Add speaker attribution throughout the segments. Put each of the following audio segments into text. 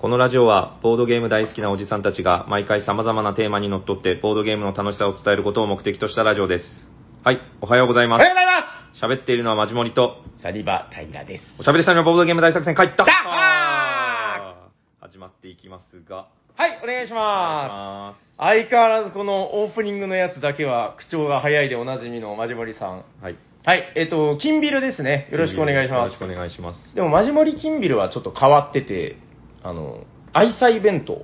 Speaker 1: このラジオは、ボードゲーム大好きなおじさんたちが、毎回様々なテーマにのっとって、ボードゲームの楽しさを伝えることを目的としたラジオです。はい、おはようござい
Speaker 2: お
Speaker 1: ま
Speaker 2: はよ
Speaker 1: す。
Speaker 2: うございま
Speaker 1: 喋っているのはマジモリと、
Speaker 2: すサニバタイラです。
Speaker 1: おしゃべりさんのボードゲーム大作戦、帰った
Speaker 2: ダッハ
Speaker 1: 始まっていきますが、
Speaker 2: はい、お願いし
Speaker 1: お願いし
Speaker 2: ま。
Speaker 1: ます
Speaker 2: 相変わらずこのオープニングのやつだけは口調が早いでおなじみのマジモリさん。
Speaker 1: すはい。
Speaker 2: はい、えっ、と、金ビルですね。よろしくお願いしま
Speaker 1: よろし
Speaker 2: す
Speaker 1: くお。願いします。
Speaker 2: でもマジモリ金ビルはちょっと変わってて、あの、愛妻弁当。
Speaker 1: はい。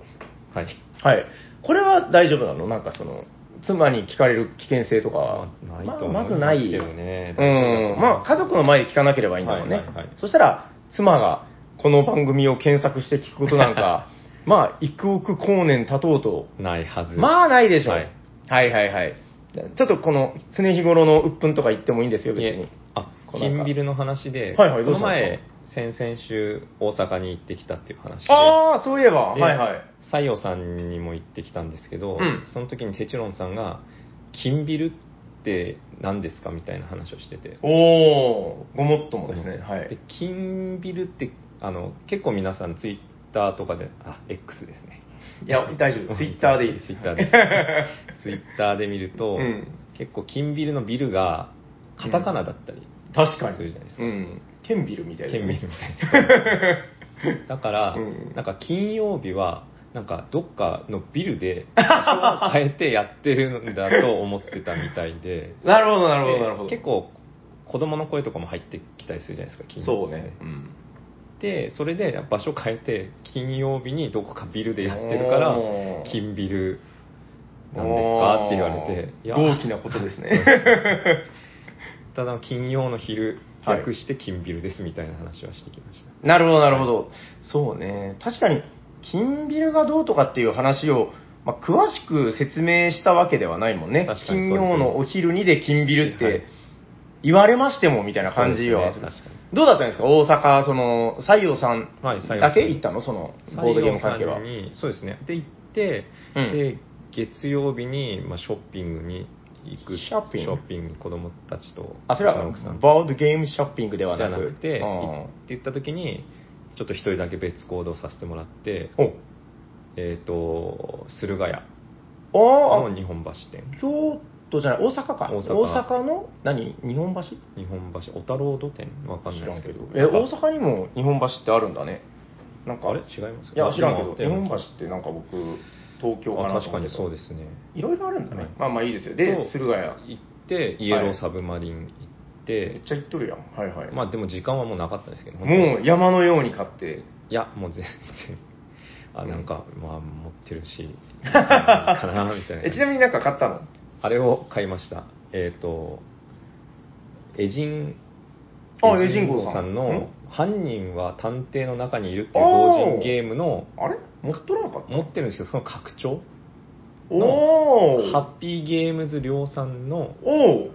Speaker 2: はい。これは大丈夫なのなんかその、妻に聞かれる危険性とかは、
Speaker 1: まあない
Speaker 2: まあ
Speaker 1: と思
Speaker 2: ま
Speaker 1: い
Speaker 2: ず
Speaker 1: ま
Speaker 2: な
Speaker 1: す
Speaker 2: い。
Speaker 1: けどね
Speaker 2: うん。まあ、家族の前で聞かなければいいんだもんね。
Speaker 1: はいはいはい
Speaker 2: そしたら、妻がこの番組を検索して聞くことなんか、 まあ、幾億光年経とうと、
Speaker 1: ないはず。
Speaker 2: まあないでしょう。
Speaker 1: は
Speaker 2: はいい、はいはいはいちょっとこの常日頃の鬱憤とか言ってもいいんですよ、別
Speaker 1: い
Speaker 2: に
Speaker 1: え。あ、
Speaker 2: こうなんか
Speaker 1: 金ビルの話で、
Speaker 2: はいはい
Speaker 1: こ
Speaker 2: ど
Speaker 1: の
Speaker 2: うしたんで
Speaker 1: 前
Speaker 2: すか、
Speaker 1: 先々週、大阪に行ってきたっていう話で、
Speaker 2: ああ、そういえば。
Speaker 1: で
Speaker 2: はいはい。
Speaker 1: 西洋さんにも行ってきたんですけど、
Speaker 2: うん
Speaker 1: その時にテチロンさんが、金ビルって何ですかみたいな話をしてて。
Speaker 2: おー、ごもっともですね。は
Speaker 1: で
Speaker 2: い。
Speaker 1: 金ビルってあの結構皆さんツイッターとかであ X ですね
Speaker 2: いや、大丈夫。ツイッターでいいです。
Speaker 1: ツイッター でツイッターで見ると、
Speaker 2: うん
Speaker 1: 結構金ビルのビルがカタカナだったり、
Speaker 2: 確かに。
Speaker 1: そうじゃないですか
Speaker 2: うん。ケンビルみたいな。
Speaker 1: 金ビルみたいなだから、
Speaker 2: うん
Speaker 1: なんか金曜日はなんかどっかのビル で場所を変えてやってるんだと思ってたみたいで
Speaker 2: なるほど、なるほど、なるほど。
Speaker 1: で結構子供の声とかも入ってきたりするじゃないですか金曜
Speaker 2: そ
Speaker 1: 日
Speaker 2: うね。うん。
Speaker 1: でそれで場所変えて金曜日にどこかビルでやってるから
Speaker 2: おー
Speaker 1: 金ビルなんですかって言われていや
Speaker 2: 大きなことですね。
Speaker 1: ただ金曜の昼
Speaker 2: はい
Speaker 1: 略して金ビルですみたいな話はしてきました、
Speaker 2: なるほど、なるほど。そうね。確かに、金ビルがどうとかっていう話を、まあ、詳しく説明したわけではないもんね
Speaker 1: 確。かにそうです
Speaker 2: 金
Speaker 1: ね
Speaker 2: 曜のお昼にで金ビルっ
Speaker 1: はい
Speaker 2: て言われましてもみたいな感じは。
Speaker 1: そうですね確か
Speaker 2: どうだったんですか大阪、その、西洋さん
Speaker 1: はい西洋さん
Speaker 2: だけ行ったのその、
Speaker 1: に
Speaker 2: ボードゲーム関係は
Speaker 1: 西。洋さんにそうですねで行って、
Speaker 2: うん
Speaker 1: で月曜日に、まあ、ショッピングに行く
Speaker 2: ショッピング
Speaker 1: に子供たちと
Speaker 2: あ、それ
Speaker 1: うち
Speaker 2: は
Speaker 1: の奥さん、と
Speaker 2: ボードゲームショッピングでは
Speaker 1: じゃ
Speaker 2: な
Speaker 1: なく
Speaker 2: く
Speaker 1: て、
Speaker 2: うん
Speaker 1: 行って行った時にちょっと一人だけ別行動させてもらって
Speaker 2: お
Speaker 1: えっ、と駿河屋
Speaker 2: お
Speaker 1: の日本橋店
Speaker 2: 京都じゃない大阪か
Speaker 1: 大
Speaker 2: 大
Speaker 1: 阪
Speaker 2: 阪の何日本橋
Speaker 1: 日本橋小太郎土店わかんないですけど
Speaker 2: え大
Speaker 1: なんか
Speaker 2: 阪にも日本橋ってあるんだねなんか
Speaker 1: あれ違います
Speaker 2: いや知らんけど
Speaker 1: で
Speaker 2: 日
Speaker 1: も
Speaker 2: 本橋ってなんか僕東京か
Speaker 1: あ
Speaker 2: な
Speaker 1: 確かにそう
Speaker 2: で
Speaker 1: ですね
Speaker 2: いろいろあるんだね、
Speaker 1: はい
Speaker 2: まあまあいいですよ
Speaker 1: そう
Speaker 2: で駿河屋
Speaker 1: 行ってイエローサブマリン行って、
Speaker 2: めっちゃ行っとるやんはいはい、
Speaker 1: まあでも時間はもうなかったですけど本当に
Speaker 2: もう山のように買って
Speaker 1: いやもう全然あなんか、まあ持ってる しいいかなみたいな
Speaker 2: えちなみになんか買ったの
Speaker 1: あれを買いました。えっ、と、エジン、
Speaker 2: あ
Speaker 1: エジン
Speaker 2: エジンゴ
Speaker 1: ゴ
Speaker 2: ー
Speaker 1: さ
Speaker 2: さん
Speaker 1: んの
Speaker 2: ん、
Speaker 1: 犯人は探偵の中にいるっていう
Speaker 2: あー
Speaker 1: 同人ゲームの、
Speaker 2: あれ持っとらなかった
Speaker 1: 持ってるんですけど、その拡張、
Speaker 2: おお
Speaker 1: ハッピーゲームズ量産の、
Speaker 2: おお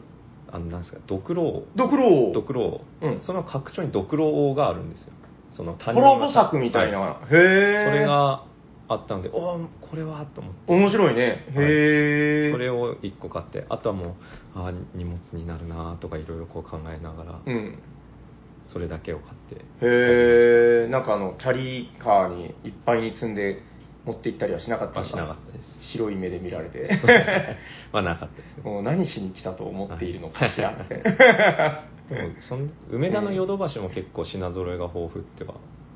Speaker 1: あの、なんですか、ドクロ
Speaker 2: ドクロ
Speaker 1: 王、ドクロ王、
Speaker 2: うん
Speaker 1: その拡張にドクロ王があるんですよ。その
Speaker 2: コ
Speaker 1: 担任
Speaker 2: ラボ作みたいな、
Speaker 1: はい
Speaker 2: へえ
Speaker 1: それがあったんで、おーこれはと思って。
Speaker 2: 面白いね
Speaker 1: はい
Speaker 2: へえ、
Speaker 1: それを1個買って、あとはもう、あー荷物になるなーとかいろいろこう考えながら、
Speaker 2: うん
Speaker 1: それだけを買って
Speaker 2: へえ、なんかあの、キャリーカーにいっぱいに積んで持って行ったりはしなかっ
Speaker 1: ま
Speaker 2: たん
Speaker 1: あ
Speaker 2: だ
Speaker 1: しなかったです
Speaker 2: 白い目で見られて、
Speaker 1: まあなかったですね
Speaker 2: もう何しに来たと思っているのかしら
Speaker 1: はい
Speaker 2: って。
Speaker 1: でもその梅田のヨドバシも結構品揃えが豊富っては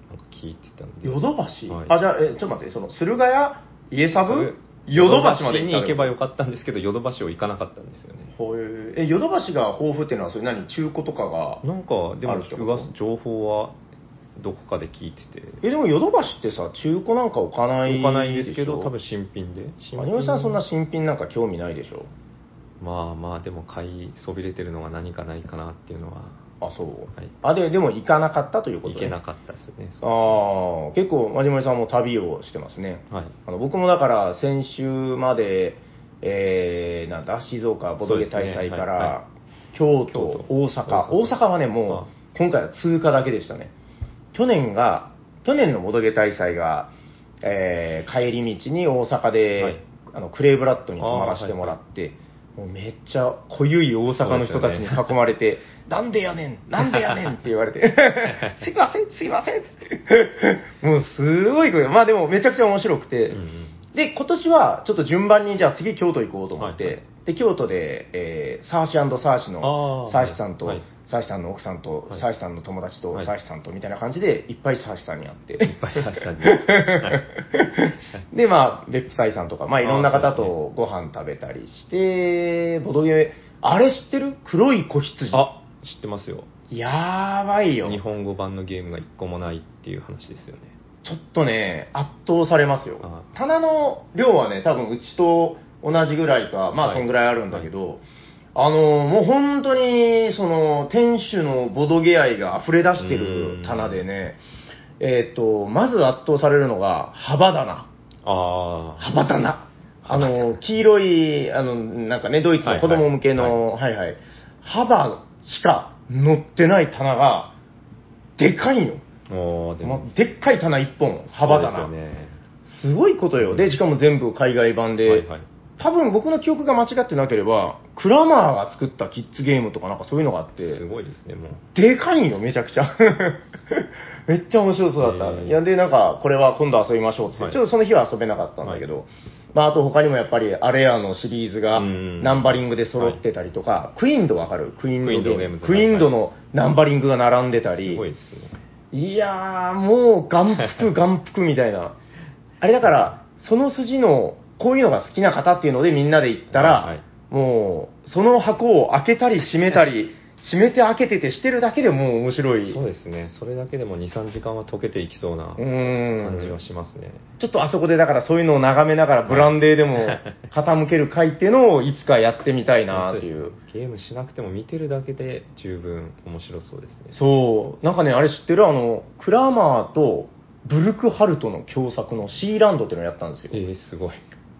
Speaker 1: なんか聞いてたんで
Speaker 2: ヨドバシ、
Speaker 1: はい
Speaker 2: あ、じゃあ、え、ちょっと待って、その、駿河屋、家サブ、ヨドバシまで
Speaker 1: に行けば
Speaker 2: よ。
Speaker 1: よかったんですけどヨドバシを行かなかったんですよね
Speaker 2: ほええ、ヨドバシが豊富っていうのは、それ何中古とかが。
Speaker 1: なんかで
Speaker 2: あ
Speaker 1: も
Speaker 2: るってこと
Speaker 1: 噂情報はどこかで聞いてて
Speaker 2: え、でもヨドバシってさ、中古なんか置かない
Speaker 1: 置かないですけど
Speaker 2: しょ
Speaker 1: 多分新品で新
Speaker 2: マニ
Speaker 1: 品
Speaker 2: オさんそんな新品なんか興味ないでしょ
Speaker 1: まあまあでも買いそびれてるのが何かないかなっていうのは
Speaker 2: あ、そう。
Speaker 1: はい
Speaker 2: あ、で、でも行かなかったということ
Speaker 1: い
Speaker 2: ね
Speaker 1: けなかったですねそう
Speaker 2: ああ、結構、まじまりさんも旅をしてますね。
Speaker 1: はい
Speaker 2: あの僕もだから、先週まで、えー、なんだ、静岡ボドゲ大
Speaker 1: そうです
Speaker 2: 祭
Speaker 1: ね
Speaker 2: か
Speaker 1: はいは
Speaker 2: ら、
Speaker 1: 京
Speaker 2: 京
Speaker 1: 都
Speaker 2: 都、大阪、
Speaker 1: 大
Speaker 2: 大
Speaker 1: 阪
Speaker 2: 阪はね、もう、今回は通過だけでしたね。去年が、去年のボドゲ大祭が、えー帰り道に大阪で、
Speaker 1: はい
Speaker 2: あのクレイブラッドに泊まらせてもらって、もうめっちゃ濃ゆい大阪の人たちに囲まれて、なんでやねん、なんでやねんって言わ れて、すいません、すいませんって。もうすごい濃い。まあでもめちゃくちゃ面白くて、で、今年はちょっと順番に、じゃあ次京都行こうと思って、
Speaker 1: はいはい
Speaker 2: で、京都で、えーサーシーサーシの
Speaker 1: あー
Speaker 2: サーシさんと、
Speaker 1: はい
Speaker 2: サーシさんの奥さんと、
Speaker 1: はい
Speaker 2: サーシさんの友達と、
Speaker 1: はい
Speaker 2: サーシさんとみたいな感じで、いっぱいサーシさんに会って。
Speaker 1: いっぱい刺したんで。はい
Speaker 2: で、まあ、別府斎さんとか、まあ、いろんな
Speaker 1: あ
Speaker 2: 方
Speaker 1: ーそうです
Speaker 2: とご飯食べたりして、ボドゲー、あれ知ってる黒い子羊。
Speaker 1: あ、知ってますよ。
Speaker 2: やばいよ。
Speaker 1: 日
Speaker 2: ちょ
Speaker 1: 本語版のゲームが一個もないっていう話ですよね。
Speaker 2: っとね、圧倒されますよ
Speaker 1: あ。
Speaker 2: 棚の量はね、多分うちと同じぐらいか、ま
Speaker 1: は
Speaker 2: あ、
Speaker 1: い
Speaker 2: そんぐらいあるんだけど、あの、もう本当に、その、店主のボドゲ愛が溢れ出してる棚でね、えっ、と、まず圧倒されるのが、幅棚。
Speaker 1: あ
Speaker 2: 羽ばたな。あの、黄色い、あの、なんかね、ドイツの子供向けの、はいはい。幅しか乗ってない棚が、でかいの。
Speaker 1: あ。もう、でも
Speaker 2: ま、でっかい棚一本、幅棚。
Speaker 1: そうですよね。
Speaker 2: すごいことよ。で、しかも全部海外版で、
Speaker 1: はいはい
Speaker 2: 多分僕の記憶が間違ってなければ、クラマーが作ったキッズゲームとかなんかそういうのがあって、
Speaker 1: すごいですね、もう。
Speaker 2: でかいんよ、めちゃくちゃ。 めっちゃ面白そうだった。
Speaker 1: へー
Speaker 2: いや、で、なんか、これは今度遊びましょうっつって、
Speaker 1: はい
Speaker 2: ちょっとその日は遊べなかったんだけど、まあ、あと他にもやっぱり、アレアのシリーズが、
Speaker 1: うん
Speaker 2: ナンバリングで揃ってたりとか、クイーンドわかるクイーンド
Speaker 1: クイーンド
Speaker 2: ゲ
Speaker 1: ゲ
Speaker 2: ー
Speaker 1: ー
Speaker 2: ム
Speaker 1: ムズ
Speaker 2: クイーンドのナンバリングが並んでたり、
Speaker 1: すごいですね。
Speaker 2: いやー、もう眼 福眼福みたいな。あれだから、その筋の、こういうのが好きな方っていうのでみんなで行ったら、
Speaker 1: はいはい
Speaker 2: もう、その箱を開けたり閉め たり、閉めて開けててしてるだけでもう面白い。
Speaker 1: そうですね。それだけでも2、3時間は溶けていきそうな
Speaker 2: う
Speaker 1: 感じ
Speaker 2: ー
Speaker 1: は
Speaker 2: ん。
Speaker 1: しますね。
Speaker 2: ちょっとあそこでだからそういうのを眺めながらブランデー でも傾ける会っていうのをいつかやってみたいなっていう
Speaker 1: 本。当ですねゲームしなくても見てるだけで十分面白そうですね。
Speaker 2: そう。なんかね、あれ知ってるあの、クラマーとブルクハルトの共作のシーランドっていうのをやったんですよ。
Speaker 1: えー、すごい。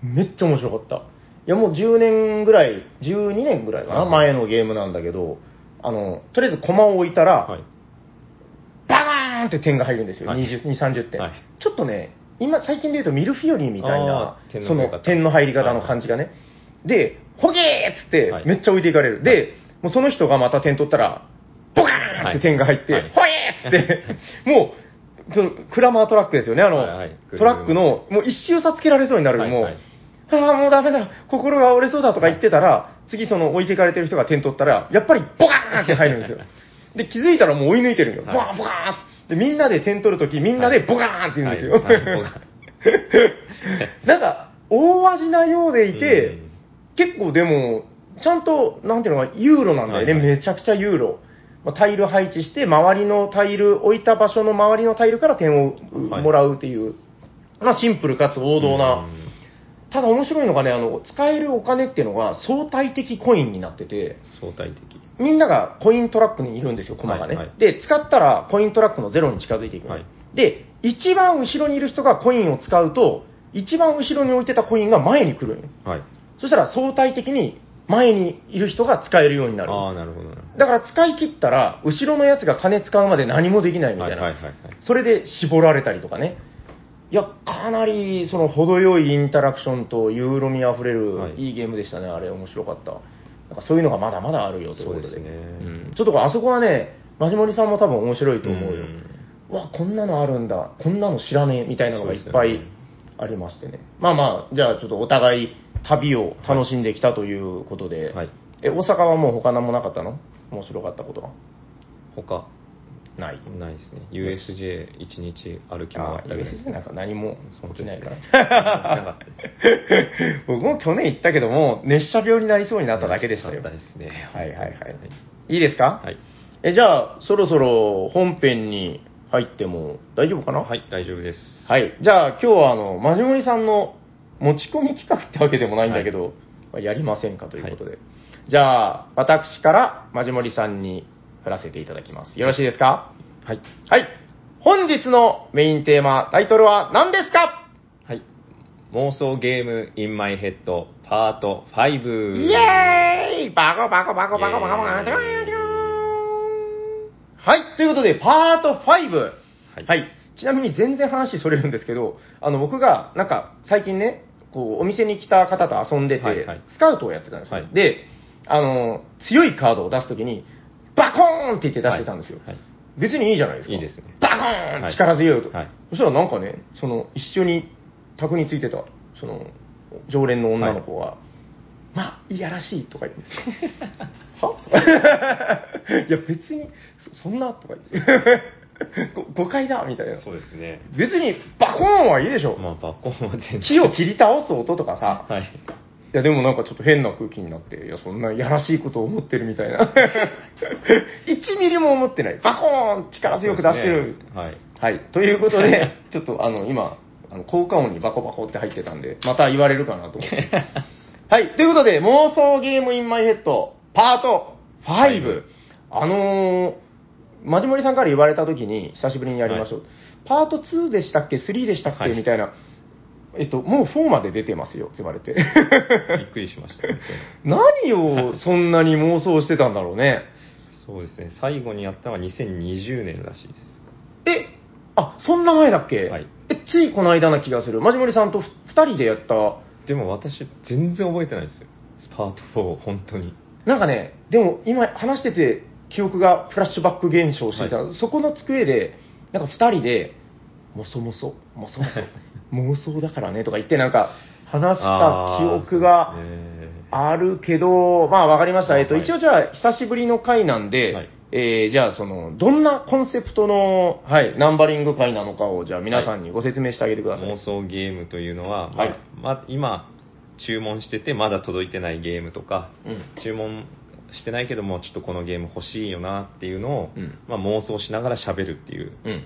Speaker 2: めっちゃ面白かった。いやもう10年ぐらい、12年ぐらいかな、
Speaker 1: はい
Speaker 2: 前のゲームなんだけど、あの、とりあえず駒を置いたら、
Speaker 1: はい。
Speaker 2: バーンって点が入るんですよ、
Speaker 1: はい
Speaker 2: 20、20 30点、
Speaker 1: はい
Speaker 2: ちょっとね、今、最近で言うとミルフィオリーみたいな
Speaker 1: あー、点の
Speaker 2: そ
Speaker 1: 入り
Speaker 2: の
Speaker 1: 方
Speaker 2: 点の入り方の感じがね。で、ホゲーっつって
Speaker 1: は、い
Speaker 2: めっちゃ置いていかれる。で、
Speaker 1: はい
Speaker 2: もうその人がまた点取ったら、ボカーンって点が入って、
Speaker 1: はいはい
Speaker 2: ホゲーっつ って、もう、そのクラマートラックですよね、あの、
Speaker 1: はいはい
Speaker 2: トラックの、もう一周差つけられそうになる、
Speaker 1: はい
Speaker 2: もう、
Speaker 1: はい
Speaker 2: ああ、もうダメだ、心が折れそうだとか言ってたら、次その置いていかれてる人が点取ったら、やっぱりボカーンって入るん ですよ。で、気づいたらもう追い抜いてるんよ。ボ
Speaker 1: はい
Speaker 2: カーン、ボカーンって。で、みんなで点取るとき、みんなでボカーンって言うんですよ
Speaker 1: はいはいボカー。
Speaker 2: なんか、大味なようでいて、
Speaker 1: うん
Speaker 2: 結構でも、ちゃんと、なんていうのかな、ユーロなんだよね、
Speaker 1: はいはい
Speaker 2: めちゃくちゃユーロ。まあタイル配置して、周りのタイル、置いた場所の周りのタイルから点をう
Speaker 1: はい
Speaker 2: もらうっていう、まあシンプルかつ王道な。
Speaker 1: うん
Speaker 2: ただ面白いのがね、あの、使えるお金っていうのが相対的コインになってて、
Speaker 1: 相対的。
Speaker 2: みんながコイントラックにいるんですよ、駒がね。
Speaker 1: はいはい
Speaker 2: で、使ったらコイントラックのゼロに近づいていくの、
Speaker 1: はい
Speaker 2: で、一番後ろにいる人がコインを使うと、一番後ろに置いてたコインが前に来るんよ
Speaker 1: はい。
Speaker 2: そしたら相対的に前にいる人が使えるようになる。
Speaker 1: ああ、なるほどなるほ
Speaker 2: だから使い切ったら、後ろのやつが金使うまで何もできないみ
Speaker 1: ど。は
Speaker 2: た
Speaker 1: いい
Speaker 2: な。
Speaker 1: はいはいはい。
Speaker 2: それで絞られたりとかね。いや、かなり、その、程よいインタラクションとユーロ味あふれ
Speaker 1: は
Speaker 2: る、
Speaker 1: い
Speaker 2: いいゲームでしたね、あれ、面白かった。なんかそういうのがまだまだあるよということで。
Speaker 1: そうですね
Speaker 2: んちょっとあそこはね、マジモリさんも多分面白いと思うよ。
Speaker 1: ん
Speaker 2: うわ、こんなのあるんだ、こんなの知らねえ、みたいなのがいっぱ
Speaker 1: そう
Speaker 2: い
Speaker 1: ですよね
Speaker 2: ありましてね。まあまあ、じゃあちょっとお互い旅を楽しんできたということで、
Speaker 1: はい
Speaker 2: え、大阪はもう他何もなかったの面白かったことは
Speaker 1: 他、
Speaker 2: ない。
Speaker 1: ないですね。USJ 一日歩き
Speaker 2: あ
Speaker 1: 回
Speaker 2: あ
Speaker 1: っ
Speaker 2: ー、
Speaker 1: たぐらい。
Speaker 2: USJ なんか何も
Speaker 1: そう
Speaker 2: 起き
Speaker 1: です
Speaker 2: な
Speaker 1: ね
Speaker 2: いから。 僕も去年行ったけども、熱射病になりそうになっただけでしたよ。
Speaker 1: なかったですね。
Speaker 2: はいはいはい。いいですか、
Speaker 1: はい。
Speaker 2: え、じゃあ、そろそろ本編に入っても大丈夫かな
Speaker 1: はい、大丈夫です。
Speaker 2: はい。じゃあ、今日はあの、マジモリさんの持ち込み企画ってわけでもないんだけど、まあやりませんかということで。じゃあ、私からマジモリさんに振らせていただきます。よろしいですか
Speaker 1: はい。
Speaker 2: はい。本日のメインテーマ、タイトルは何ですか
Speaker 1: はい。妄想ゲーム in my head パート5。
Speaker 2: イエーイバコバコバコバコバコバコバコバコはい、ということで、パート5。はいはい。ちなみに全然話それるんですけど、あの、僕が、なんか、最近ね、こう、お店に来た方と遊んでて、
Speaker 1: はいはい
Speaker 2: スカウトをやってたんですよ。
Speaker 1: はい
Speaker 2: で、あの、強いカードを出すときに、バコーンって言って出してたんですよ。
Speaker 1: はいはい
Speaker 2: 別にいいじゃないですか。
Speaker 1: いいですね
Speaker 2: バコー
Speaker 1: は
Speaker 2: ン
Speaker 1: い
Speaker 2: 力強いと、
Speaker 1: はい
Speaker 2: そしたらなんかね、その、一緒に宅についてた、その、常連の女の子が、まあ、いやらしいとか言うんですよ。 はとか いや、別に、そそんなとか言って。 ご誤解だみたいな。
Speaker 1: そうですね。
Speaker 2: 別にバコーンはいいでしょ、
Speaker 1: まあ、バッコンは全然。
Speaker 2: 木を切り倒す音とかさ、い、
Speaker 1: はい。
Speaker 2: やでもなんかちょっと変な空気になっていやそんなやらしいことを思ってるみたいな 1ミリも思ってないバコーン力強く出してる、
Speaker 1: そうですねはい。
Speaker 2: はいということでちょっとあの今あの効果音にバコバコって入ってたんでまた言われるかなと思って はいということで妄想ゲームインマイヘッドパート5、
Speaker 1: はい
Speaker 2: あのー、マジモリさんから言われた時に久しぶりにやりましょう、パート2でしたっけ3でしたっけ、
Speaker 1: はい
Speaker 2: みたいなえっと、もう4まで出てますよって言 われて。
Speaker 1: びっくりしました。本当に
Speaker 2: 何をそんなに妄想してたんだろう ね。
Speaker 1: そうですね。最後にやったのは2020年らしいで
Speaker 2: え、あ、そんな前だっけ、
Speaker 1: はい
Speaker 2: え、ついこの間な気がする。マジモリさんと2人でやった。
Speaker 1: す。でも私、全然覚えてないですよ。パート4、本当に。
Speaker 2: なんかね、でも今話してて記憶がフラッシュバック現象していた、
Speaker 1: は
Speaker 2: そこの机で、なんか2人で、もそもそ、もそも そ、妄想だからねとか言ってなんか話した記憶が
Speaker 1: あーそうですね
Speaker 2: あるけど、まあわかりました。えっと、
Speaker 1: はい
Speaker 2: 一応じゃあ、久しぶりの回なんで、
Speaker 1: はい
Speaker 2: えーじゃあ、その、どんなコンセプトの、はい、ナンバリング回なのかを、じゃあ皆さんにご説明してあげてください。
Speaker 1: 妄想ゲームというのは、まあ
Speaker 2: はい
Speaker 1: ま今注文しててまだ届いてないゲームとか
Speaker 2: うん。
Speaker 1: 注文してないけどもちょっとこのゲーム欲しいよなっていうのを、
Speaker 2: うん
Speaker 1: まあ、妄想しながら喋るっていう
Speaker 2: うん。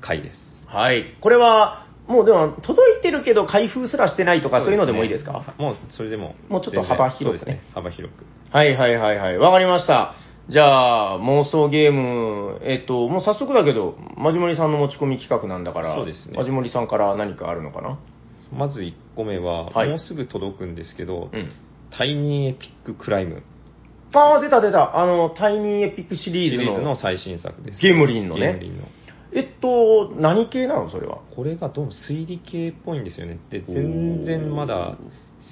Speaker 1: 回です
Speaker 2: はい。これは、もうでも、届いてるけど、開封すらしてないとか、そういうのでもいいですか
Speaker 1: もうそれでも
Speaker 2: もうちょっと幅
Speaker 1: 全然
Speaker 2: 広くね
Speaker 1: そうですね幅広く
Speaker 2: はいはいはいはい。わかりました。じゃあ、妄想ゲーム、えっと、もう早速だけど、マジモリさんの持ち込み企画なんだから、
Speaker 1: そうですね
Speaker 2: マジモリさんから何かあるのかな
Speaker 1: まず1個目は、
Speaker 2: はい
Speaker 1: もうすぐ届くんですけど、
Speaker 2: うん。
Speaker 1: タイニーエピッククライム
Speaker 2: ああ、出た出た。あの、タイニーエピックシリ
Speaker 1: シ
Speaker 2: ーズ
Speaker 1: リーズ
Speaker 2: の
Speaker 1: の最新作です
Speaker 2: ゲムリンのね
Speaker 1: ゲムリンの
Speaker 2: えっと、何系なのそれは。
Speaker 1: これがどうも推理系っぽいんですよねで全然まだ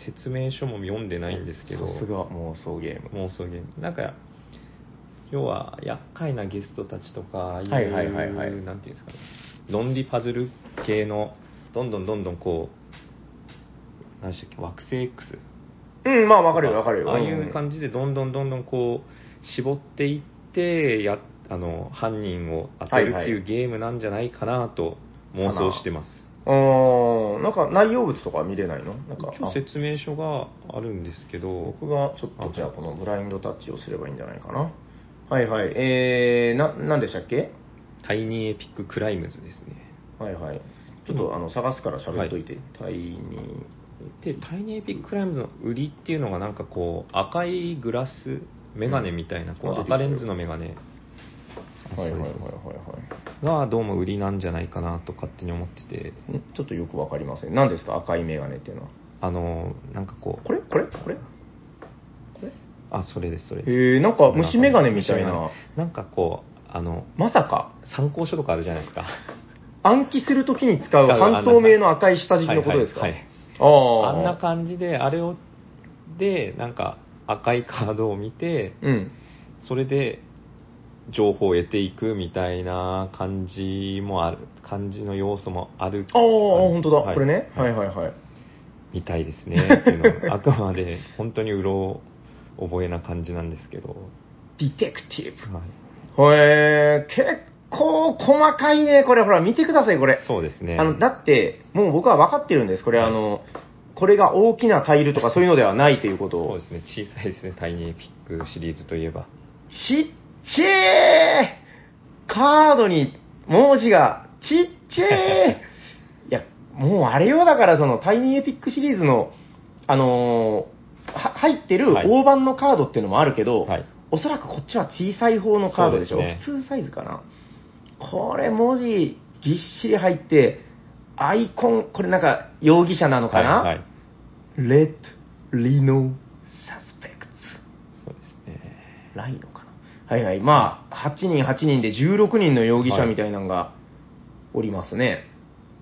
Speaker 1: 説明書も読んでないんですけど
Speaker 2: さすが妄想ゲーム。
Speaker 1: 妄想ゲームなんか要は厄介なゲストたちとかああいう
Speaker 2: はいはいはいはい
Speaker 1: なんていうんですかね論理パズル系のどんどんどんどんこう何でしたっけ惑星 X
Speaker 2: うん、まあわかるよわかるよ。
Speaker 1: ああいう感じでどんどんどんどんこう絞っていってやあの犯人を当てるって
Speaker 2: はい
Speaker 1: い
Speaker 2: はいう
Speaker 1: ゲームなんじゃないかなと妄想してます、
Speaker 2: うん。うん、なんか内容物とか見れないのなんか、
Speaker 1: 今
Speaker 2: あ
Speaker 1: 日説明書があるんですけど、
Speaker 2: 僕がちょっ
Speaker 1: あ
Speaker 2: とじゃあこのブラインドタッチをすればいいんじゃないかな。はいはい。えー、な、なんでしたっけ
Speaker 1: タイニーエピッククライムズですね。
Speaker 2: はいはい。ちょっとあの、探すから喋っといて。タイニー。
Speaker 1: で、タイニーエピッククライムズの売りっていうのがなんかこう、赤いグラスメガネみたいな、こ
Speaker 2: あ
Speaker 1: う
Speaker 2: 出てきた
Speaker 1: 赤
Speaker 2: よ
Speaker 1: レンズのメガネ
Speaker 2: はいはいはいはい
Speaker 1: そうです
Speaker 2: は
Speaker 1: がどうも売りなんじゃないかなと勝手に思ってて、
Speaker 2: い。んちょっとよくわかりません。何ですか赤いメガネっていうのは。
Speaker 1: あの、なんかこう、
Speaker 2: これこれこれ
Speaker 1: あ、それです、それです。
Speaker 2: へえー、なんか虫眼鏡みたい
Speaker 1: 虫眼
Speaker 2: な
Speaker 1: 鏡。なんかこう、あの、
Speaker 2: まさか。
Speaker 1: 参考書とかあるじゃないですか。
Speaker 2: 暗記するときに使う
Speaker 1: 使う
Speaker 2: 半透明の赤い下敷きのことですか、
Speaker 1: はいはいはい
Speaker 2: あ
Speaker 1: あ
Speaker 2: あ
Speaker 1: んな感じで、あれを、で、なんか赤いカードを見て、
Speaker 2: うん
Speaker 1: それで情報を得ていくみたいな感じもある感じの要素もある
Speaker 2: ああ本当だ、
Speaker 1: はい
Speaker 2: これね、
Speaker 1: は
Speaker 2: はいい、はいはい
Speaker 1: みたいですねっていう のはあくまで本当にうろ覚えな感じなんですけど、は
Speaker 2: ディテクティ
Speaker 1: い
Speaker 2: ブへえ結構細かいねこれほら見てくださいこれ、
Speaker 1: そうですね
Speaker 2: あのだってもう僕は分かってるんですこれ、
Speaker 1: はい
Speaker 2: あのこれが大きなタイルとかそういうのではないということ
Speaker 1: そう
Speaker 2: を
Speaker 1: ですね小さいですねタイニーエピックシリーズといえば
Speaker 2: ちっちぇーカードに文字がちっ ちぇーいや、もうあれよ、だからそのタイニーエピックシリーズの、あのーは入ってる
Speaker 1: はい
Speaker 2: 大判のカードっていうのもあるけど、
Speaker 1: はい
Speaker 2: おそらくこっちは小さい方のカードでしょ。
Speaker 1: そうです
Speaker 2: 普通サイズかな。これ文字ぎっしり入って、アイコン、これなんか容疑者なのかな、
Speaker 1: はいはい、
Speaker 2: ?Let Reno Suspects
Speaker 1: そうですね
Speaker 2: ライノかな。はいはい。まあ、8人8人で16人の容疑者みたいなのがおりますね。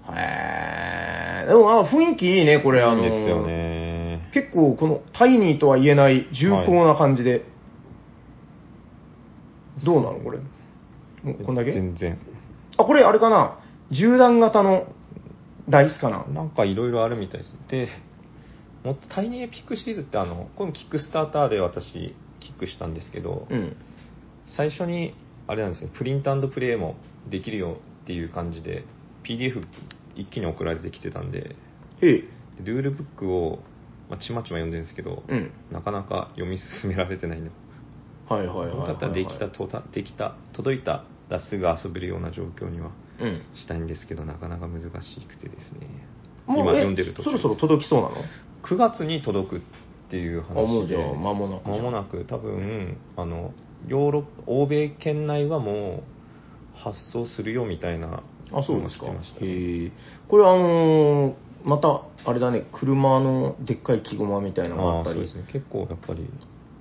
Speaker 2: へね。でも、あ、雰囲気いいね、これ、あの、
Speaker 1: いいですよね。
Speaker 2: 結構、この、タイニーとは言えない重厚な感じで。どうなの、これ。もうこんだけ
Speaker 1: 全然。
Speaker 2: あ、これ、あれかな。銃弾型のダイスかな。
Speaker 1: なんかいろいろあるみたいです。で、もっとタイニーエピックシリーズってあの、これもキックスターターで私、キックしたんですけど、
Speaker 2: うん。
Speaker 1: 最初に、あれなんですね、プリントプレイもできるよっていう感じで、PDF 一気に送られてきてたんで、
Speaker 2: へえ。
Speaker 1: でルールブックを、まあ、ちまちま読んでるんですけど、
Speaker 2: うん。
Speaker 1: なかなか読み進められてないんで、
Speaker 2: はいはいはいはい、
Speaker 1: 本当だったらできた、とたできた、届いたらすぐ遊べるような状況には
Speaker 2: うん。
Speaker 1: したいんですけど、なかなか難しくてですね。
Speaker 2: もう
Speaker 1: 今
Speaker 2: え
Speaker 1: 読んでると
Speaker 2: そろそろ届きそうなの
Speaker 1: 9月に届くっていう
Speaker 2: あ、もう
Speaker 1: 話
Speaker 2: じ
Speaker 1: で
Speaker 2: ゃあ、間もなくじゃ
Speaker 1: 間
Speaker 2: ん。
Speaker 1: もなく多分あのヨーロッパ欧米圏内はもう発送するよみたいな
Speaker 2: あ、そうですか。
Speaker 1: のを知ってました
Speaker 2: へえ。これあのーまた、あれだね、車のでっかい木駒みたいなのがあ
Speaker 1: あ
Speaker 2: っ
Speaker 1: あ
Speaker 2: た
Speaker 1: そうで
Speaker 2: り
Speaker 1: す、ね結構やっぱり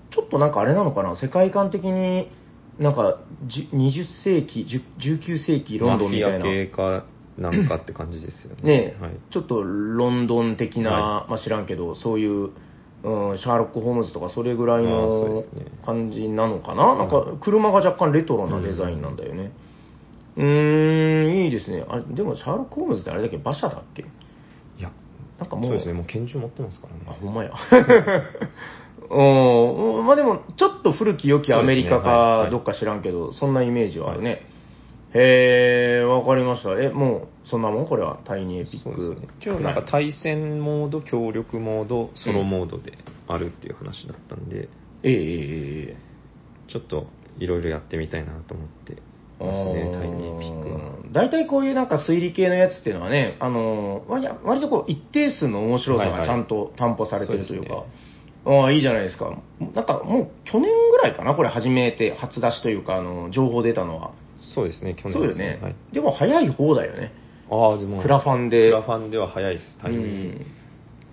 Speaker 2: ちょっとなんかあれなのかな、世界観的に、なんか、じゅ20世紀、10 19世紀ロンドンみたい
Speaker 1: マ
Speaker 2: な。
Speaker 1: フィア系かなんかって感じですよね
Speaker 2: ねえ、
Speaker 1: はい、
Speaker 2: ちょっとロンドン的な、
Speaker 1: は
Speaker 2: まあ、知らんけど、そういう、うん、シャーロック・ホームズとか、それぐらい
Speaker 1: あーそう
Speaker 2: の
Speaker 1: ですね
Speaker 2: 感じなのかな、なんか
Speaker 1: う
Speaker 2: 車が若干レトロなデザインなんだよね。うーん、いいですね、あれでもシャーロック・ホームズってあれだっけ、馬車だっけ、
Speaker 1: いや
Speaker 2: なんかもう、
Speaker 1: そうですねもう拳銃持ってますからね
Speaker 2: あほんまや。 うん、まあでも、ちょっと古き良きアメリ
Speaker 1: そ
Speaker 2: カか、
Speaker 1: うですねはいはい
Speaker 2: どっか知らんけど、そんなイメージはあるね。へえ、わかりました。え、もう、そんなもんこれは、タイニーエピッ
Speaker 1: そう
Speaker 2: ク。
Speaker 1: ですね今日なんか対戦モード協力モードソロモードであるっていう話だったんで、
Speaker 2: ええええええ
Speaker 1: ちょっといろいろやってみたいなと思ってますねタイニーピックは
Speaker 2: うん大体こういうなんか推理系のやつっていうのはね、あの割割とこう一定数の面白さ
Speaker 1: はいは
Speaker 2: が
Speaker 1: い
Speaker 2: ちゃんと担保されてるというか、
Speaker 1: そう
Speaker 2: ああいいじゃないですか、なんかもう去年ぐらいかな、これ、初めて初出しというか、あの情報出たのは、
Speaker 1: そうですね去年
Speaker 2: そうよ
Speaker 1: です
Speaker 2: ね、
Speaker 1: はい
Speaker 2: でも早い方だよね、
Speaker 1: ああ、でも、
Speaker 2: クラファンで
Speaker 1: クラファンでは早いです、タイミ
Speaker 2: う
Speaker 1: ング
Speaker 2: ん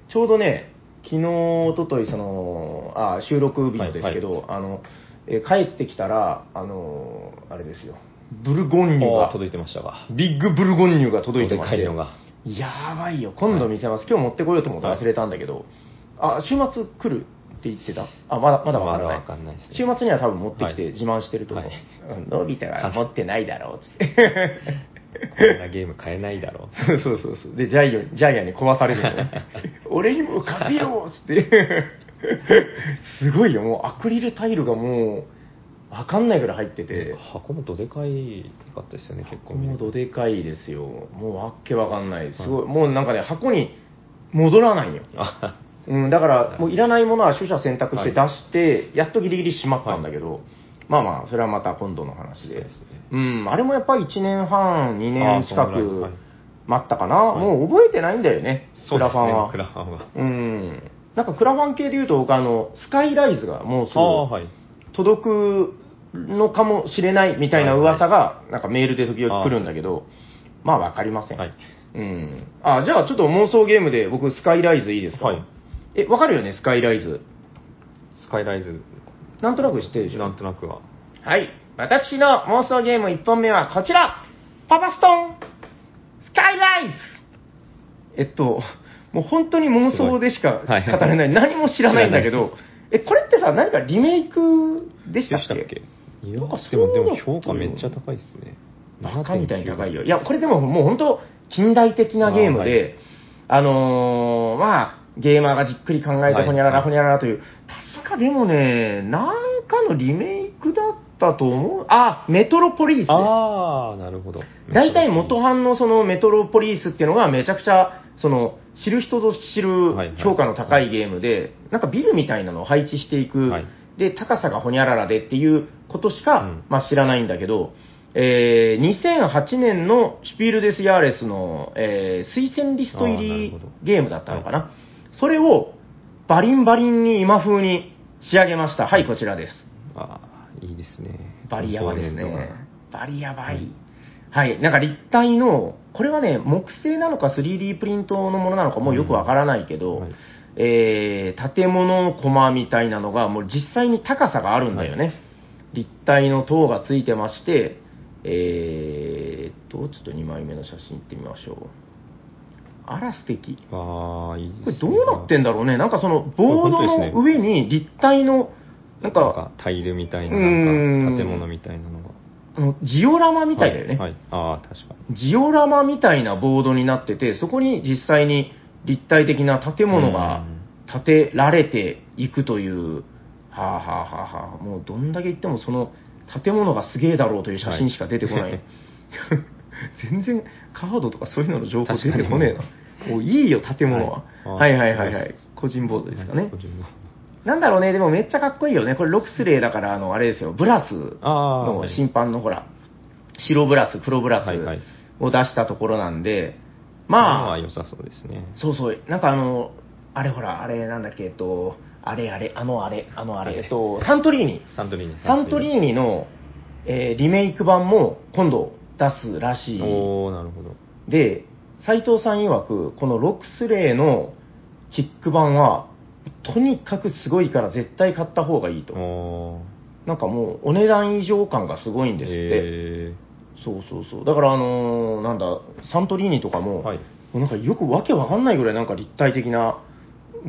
Speaker 2: ちょうどね、昨日、一昨日そのあ収録日のですけど、あのえ帰ってきたら、あのあれですよ、ブルゴンニュ
Speaker 1: ああ
Speaker 2: が
Speaker 1: 届いてましたが。
Speaker 2: ビッグブルゴンニュが届いてまし
Speaker 1: で
Speaker 2: て、
Speaker 1: かいのが。
Speaker 2: やばいよ、今度見せます、今日持ってこようと思って忘れたんだけど、あ週末来るって言ってた、あまだまだわ
Speaker 1: ま
Speaker 2: かんな
Speaker 1: だ
Speaker 2: い
Speaker 1: わかんないですね
Speaker 2: 週末には多分持ってき
Speaker 1: は
Speaker 2: て
Speaker 1: い
Speaker 2: 自慢してると思う、
Speaker 1: はい
Speaker 2: うんのび太は持ってないだろうっつって。
Speaker 1: こんなゲーム買えないだろ
Speaker 2: そうそうそうそう。で、ジャイアン、ジャイアンに壊されるのね 俺にも貸せよっつ って。すごいよ、もうアクリルタイルがもう、わかんないぐらい入って
Speaker 1: う。で
Speaker 2: て、
Speaker 1: 箱もどでかいかったですよね、結構
Speaker 2: このどでかいですよ。もうわっけわかんない。すご、
Speaker 1: はい
Speaker 2: もうなんかね、箱に戻らないよ。
Speaker 1: あ
Speaker 2: うん、だから、もういらないものは取捨選択して出
Speaker 1: はい
Speaker 2: して、やっとギリギリしまったんだけど、まあまあ、それはまた今度の話
Speaker 1: そう
Speaker 2: で
Speaker 1: ですね。
Speaker 2: うん、あれもやっぱり1年半、2
Speaker 1: あ
Speaker 2: 年
Speaker 1: ー
Speaker 2: 近
Speaker 1: そんぐ
Speaker 2: く
Speaker 1: らいはい
Speaker 2: 待ったかな、
Speaker 1: はい
Speaker 2: もう覚えてないんだよね、
Speaker 1: そ
Speaker 2: ク
Speaker 1: うで
Speaker 2: ラ
Speaker 1: す
Speaker 2: ファン
Speaker 1: ね
Speaker 2: は、。
Speaker 1: クラファンは。
Speaker 2: うん。なんかクラファン系で言うと、僕あの、スカイライズがもうす
Speaker 1: ああ、
Speaker 2: ぐ
Speaker 1: はい。
Speaker 2: 届くのかもしれないみたいな噂が、なんかメールで時々来るんだけど、まあわかりません。
Speaker 1: はい。
Speaker 2: うん。あ、じゃあちょっと妄想ゲームで僕、スカイライズいいですか
Speaker 1: はい
Speaker 2: え、わかるよね、スカイライズ。
Speaker 1: スカイライズ、
Speaker 2: なんとなく知ってるでしょ
Speaker 1: なんとなくは。
Speaker 2: はい。私の妄想ゲーム1本目はこちらパパストンスカイライズえっと、もう本当に妄想でしか
Speaker 1: すご
Speaker 2: 語
Speaker 1: いは
Speaker 2: れ
Speaker 1: い
Speaker 2: ない。何も知らないんだけ
Speaker 1: 知ら
Speaker 2: ど、え、これってさ、何かリメイクで
Speaker 1: で
Speaker 2: したっけ
Speaker 1: いや、で
Speaker 2: なんか
Speaker 1: も、
Speaker 2: そ
Speaker 1: で
Speaker 2: うだった
Speaker 1: も評価めっちゃ高いですね。
Speaker 2: バカみたいに高いよ。い
Speaker 1: や、
Speaker 2: や、これでももう本当、近代的なゲームで、あ,、のーまあ、ゲーマーがじっくり考えて、
Speaker 1: はい
Speaker 2: ほにゃら
Speaker 1: は
Speaker 2: ら
Speaker 1: い
Speaker 2: ほにゃららという、確かでもね、なんかのリメイクだったと思う。あ、メトロポリースです。
Speaker 1: ああ、なるほど。
Speaker 2: 大体元版のそのメトロポリースっていうのがめちゃくちゃ、その、知る人ぞ知る
Speaker 1: はいはい
Speaker 2: 評価の高いゲームで、なんかビルみたいなのを配置していく、
Speaker 1: はい
Speaker 2: で、高さがほにゃららでっていうことしか、
Speaker 1: うん
Speaker 2: まあ知らないんだけど、えー2008年のシュピール・デス・ヤーレスの、えー推薦リスト入
Speaker 1: あーなる
Speaker 2: り
Speaker 1: ほど
Speaker 2: ゲームだったのかな。それをバリンバリンに今風に仕上げました。はい、こちらです。
Speaker 1: ああ、いいですね。
Speaker 2: バリヤバです
Speaker 1: ボーネ
Speaker 2: ね
Speaker 1: ットが。
Speaker 2: バリヤバい。はい、なんか立体の、これはね、木製なのか 3D プリントのものなのかもうよくわからないけど、
Speaker 1: はい
Speaker 2: えー建物のコマみたいなのが、もう実際に高さがあるんだよね。立体の塔がついてまして、えーっと、ちょっと2枚目の写真行ってみましょう。あら素敵。
Speaker 1: わあ、いいです
Speaker 2: これ
Speaker 1: ね
Speaker 2: どうなってんだろうね。なんかそのボード
Speaker 1: これ本当です
Speaker 2: の
Speaker 1: ね
Speaker 2: 上に立体の、
Speaker 1: な
Speaker 2: なん
Speaker 1: ん
Speaker 2: か、
Speaker 1: かタイルみたいな、
Speaker 2: うーん
Speaker 1: なんか建物みたいなのが。
Speaker 2: あのジオラマみたいだよね。
Speaker 1: はい。はいああ、確か
Speaker 2: ジオラマみたいなボードになってて、そこに実際に立体的な建
Speaker 1: に。
Speaker 2: 物が
Speaker 1: うん
Speaker 2: 建てられていくという、はあ、はあはあはあ、もうどんだけ言ってもその建物がすげえだろうという写真しか出てこない。
Speaker 1: はい
Speaker 2: 全然カードとかそういうのの情報
Speaker 1: 確
Speaker 2: 出
Speaker 1: かに
Speaker 2: てこねえな。もういいよ、建物は。
Speaker 1: は
Speaker 2: はいい、はい、はいはいは
Speaker 1: そう
Speaker 2: い
Speaker 1: です
Speaker 2: 個人ボードですか
Speaker 1: はい
Speaker 2: ね
Speaker 1: 個。人の
Speaker 2: なんだろうね、でもめっちゃかっこいいよね。これロクスレイだから、あの、あれですよ、ブラス
Speaker 1: ああ、
Speaker 2: の
Speaker 1: はい
Speaker 2: 審判のほら、白ブラス、黒ブラ
Speaker 1: はいはい
Speaker 2: スを出したところなんで、
Speaker 1: ま
Speaker 2: ま
Speaker 1: あ
Speaker 2: あ、
Speaker 1: 良さそうですね。
Speaker 2: そうそう、なんかあの、あれほら、あれなんだっけ、えっと、あれあれ、あのあれ、あのあ
Speaker 1: あ
Speaker 2: れ、
Speaker 1: れ
Speaker 2: えっと、サントリーニ。
Speaker 1: サントリーニ。
Speaker 2: サントリーニの、えーリメイク版も今度出すらしい。
Speaker 1: おおなるほど。
Speaker 2: で、斎藤さん曰く、このロックスレイのキック版は、とにかくすごいから絶対買った方がいいと。
Speaker 1: おー
Speaker 2: なんかもうお値段以上感がすごいんですって。
Speaker 1: え
Speaker 2: そうそうそう。だからあのーなんだ、サントリーニとか
Speaker 1: ー
Speaker 2: も、
Speaker 1: はい。
Speaker 2: もうなんかよくわけわかんないぐらいなんか立体的な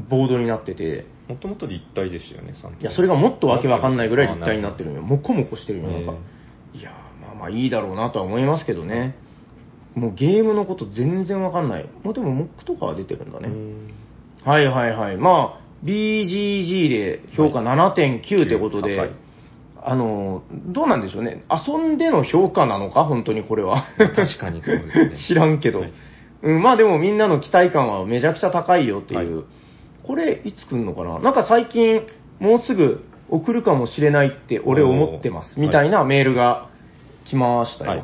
Speaker 2: ボードになってて、
Speaker 1: もともと立体でしたよね、サントリーニ
Speaker 2: いや、それがもっとわけわかんないぐらい立体になってるのよ。もこもこしてるよ、なんか。いやーまあまあいいだろうなとは思いますけどね。もうゲームのこと全然わかんない。まあでも、モックとかは出てるんだ
Speaker 1: あー
Speaker 2: ね。
Speaker 1: なるほどうん
Speaker 2: はいはいはい。まあ、BGG で評価7.9ってことで、
Speaker 1: はい
Speaker 2: あのー、どうなんでしょうね。遊んでの評価なのか本当にこれは。
Speaker 1: まあ確かにそうですね
Speaker 2: 知らんけど、
Speaker 1: はい
Speaker 2: うん。まあでもみんなの期待感はめちゃくちゃ高いよっていう。これ、いつ来るのかななんか最近、もうすぐ送るかもしれないって俺思ってま
Speaker 1: お
Speaker 2: す。
Speaker 1: ー
Speaker 2: みたいなメールが来ましたよ。
Speaker 1: はい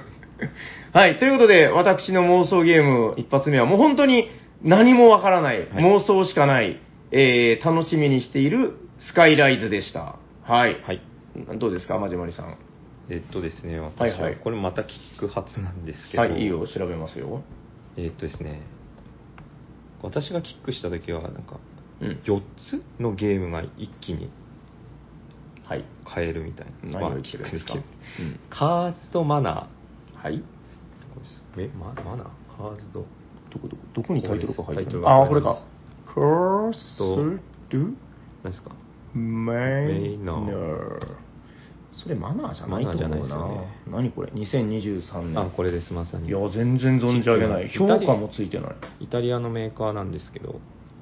Speaker 2: はい。ということで、私の妄想ゲーム一発目は、もう本当に何もわからない、
Speaker 1: はい
Speaker 2: 妄想しかない、えー、楽しみにしているスカイライズでした。はい。
Speaker 1: はい。
Speaker 2: どうですか、まじまりさん。
Speaker 1: えっとですね、私
Speaker 2: はいは
Speaker 1: はいこれまた聞くはずなんですけど、
Speaker 2: はい、いいよ、調べますよ。
Speaker 1: えっとですね、私がキックした時は、なんか、
Speaker 2: うん。
Speaker 1: 4つのゲームが一気に
Speaker 2: はい。
Speaker 1: 買えるみたいな。
Speaker 2: 何を言ってるんですか。
Speaker 1: まあ
Speaker 2: うん。
Speaker 1: カーズドマナ
Speaker 2: はい。
Speaker 1: ー。これえ、ま、マナーカーズド。
Speaker 2: どこどこ、どこにタイトルが入って
Speaker 1: タイトル
Speaker 2: る
Speaker 1: が
Speaker 2: あ
Speaker 1: 入
Speaker 2: あー、
Speaker 1: って
Speaker 2: これ
Speaker 1: ます
Speaker 2: か。Cross
Speaker 1: 何ですか
Speaker 2: Manor。それマナーじゃないと
Speaker 1: マナーじゃない
Speaker 2: 思
Speaker 1: で
Speaker 2: う
Speaker 1: す
Speaker 2: な。
Speaker 1: よね
Speaker 2: 何これ ?2023 年。
Speaker 1: あ、これです、まさに。
Speaker 2: いや、全然存じ上げない。
Speaker 1: 実はイタ
Speaker 2: 評
Speaker 1: リア
Speaker 2: 価もついてない。
Speaker 1: イタリアのメーカーなんですけど、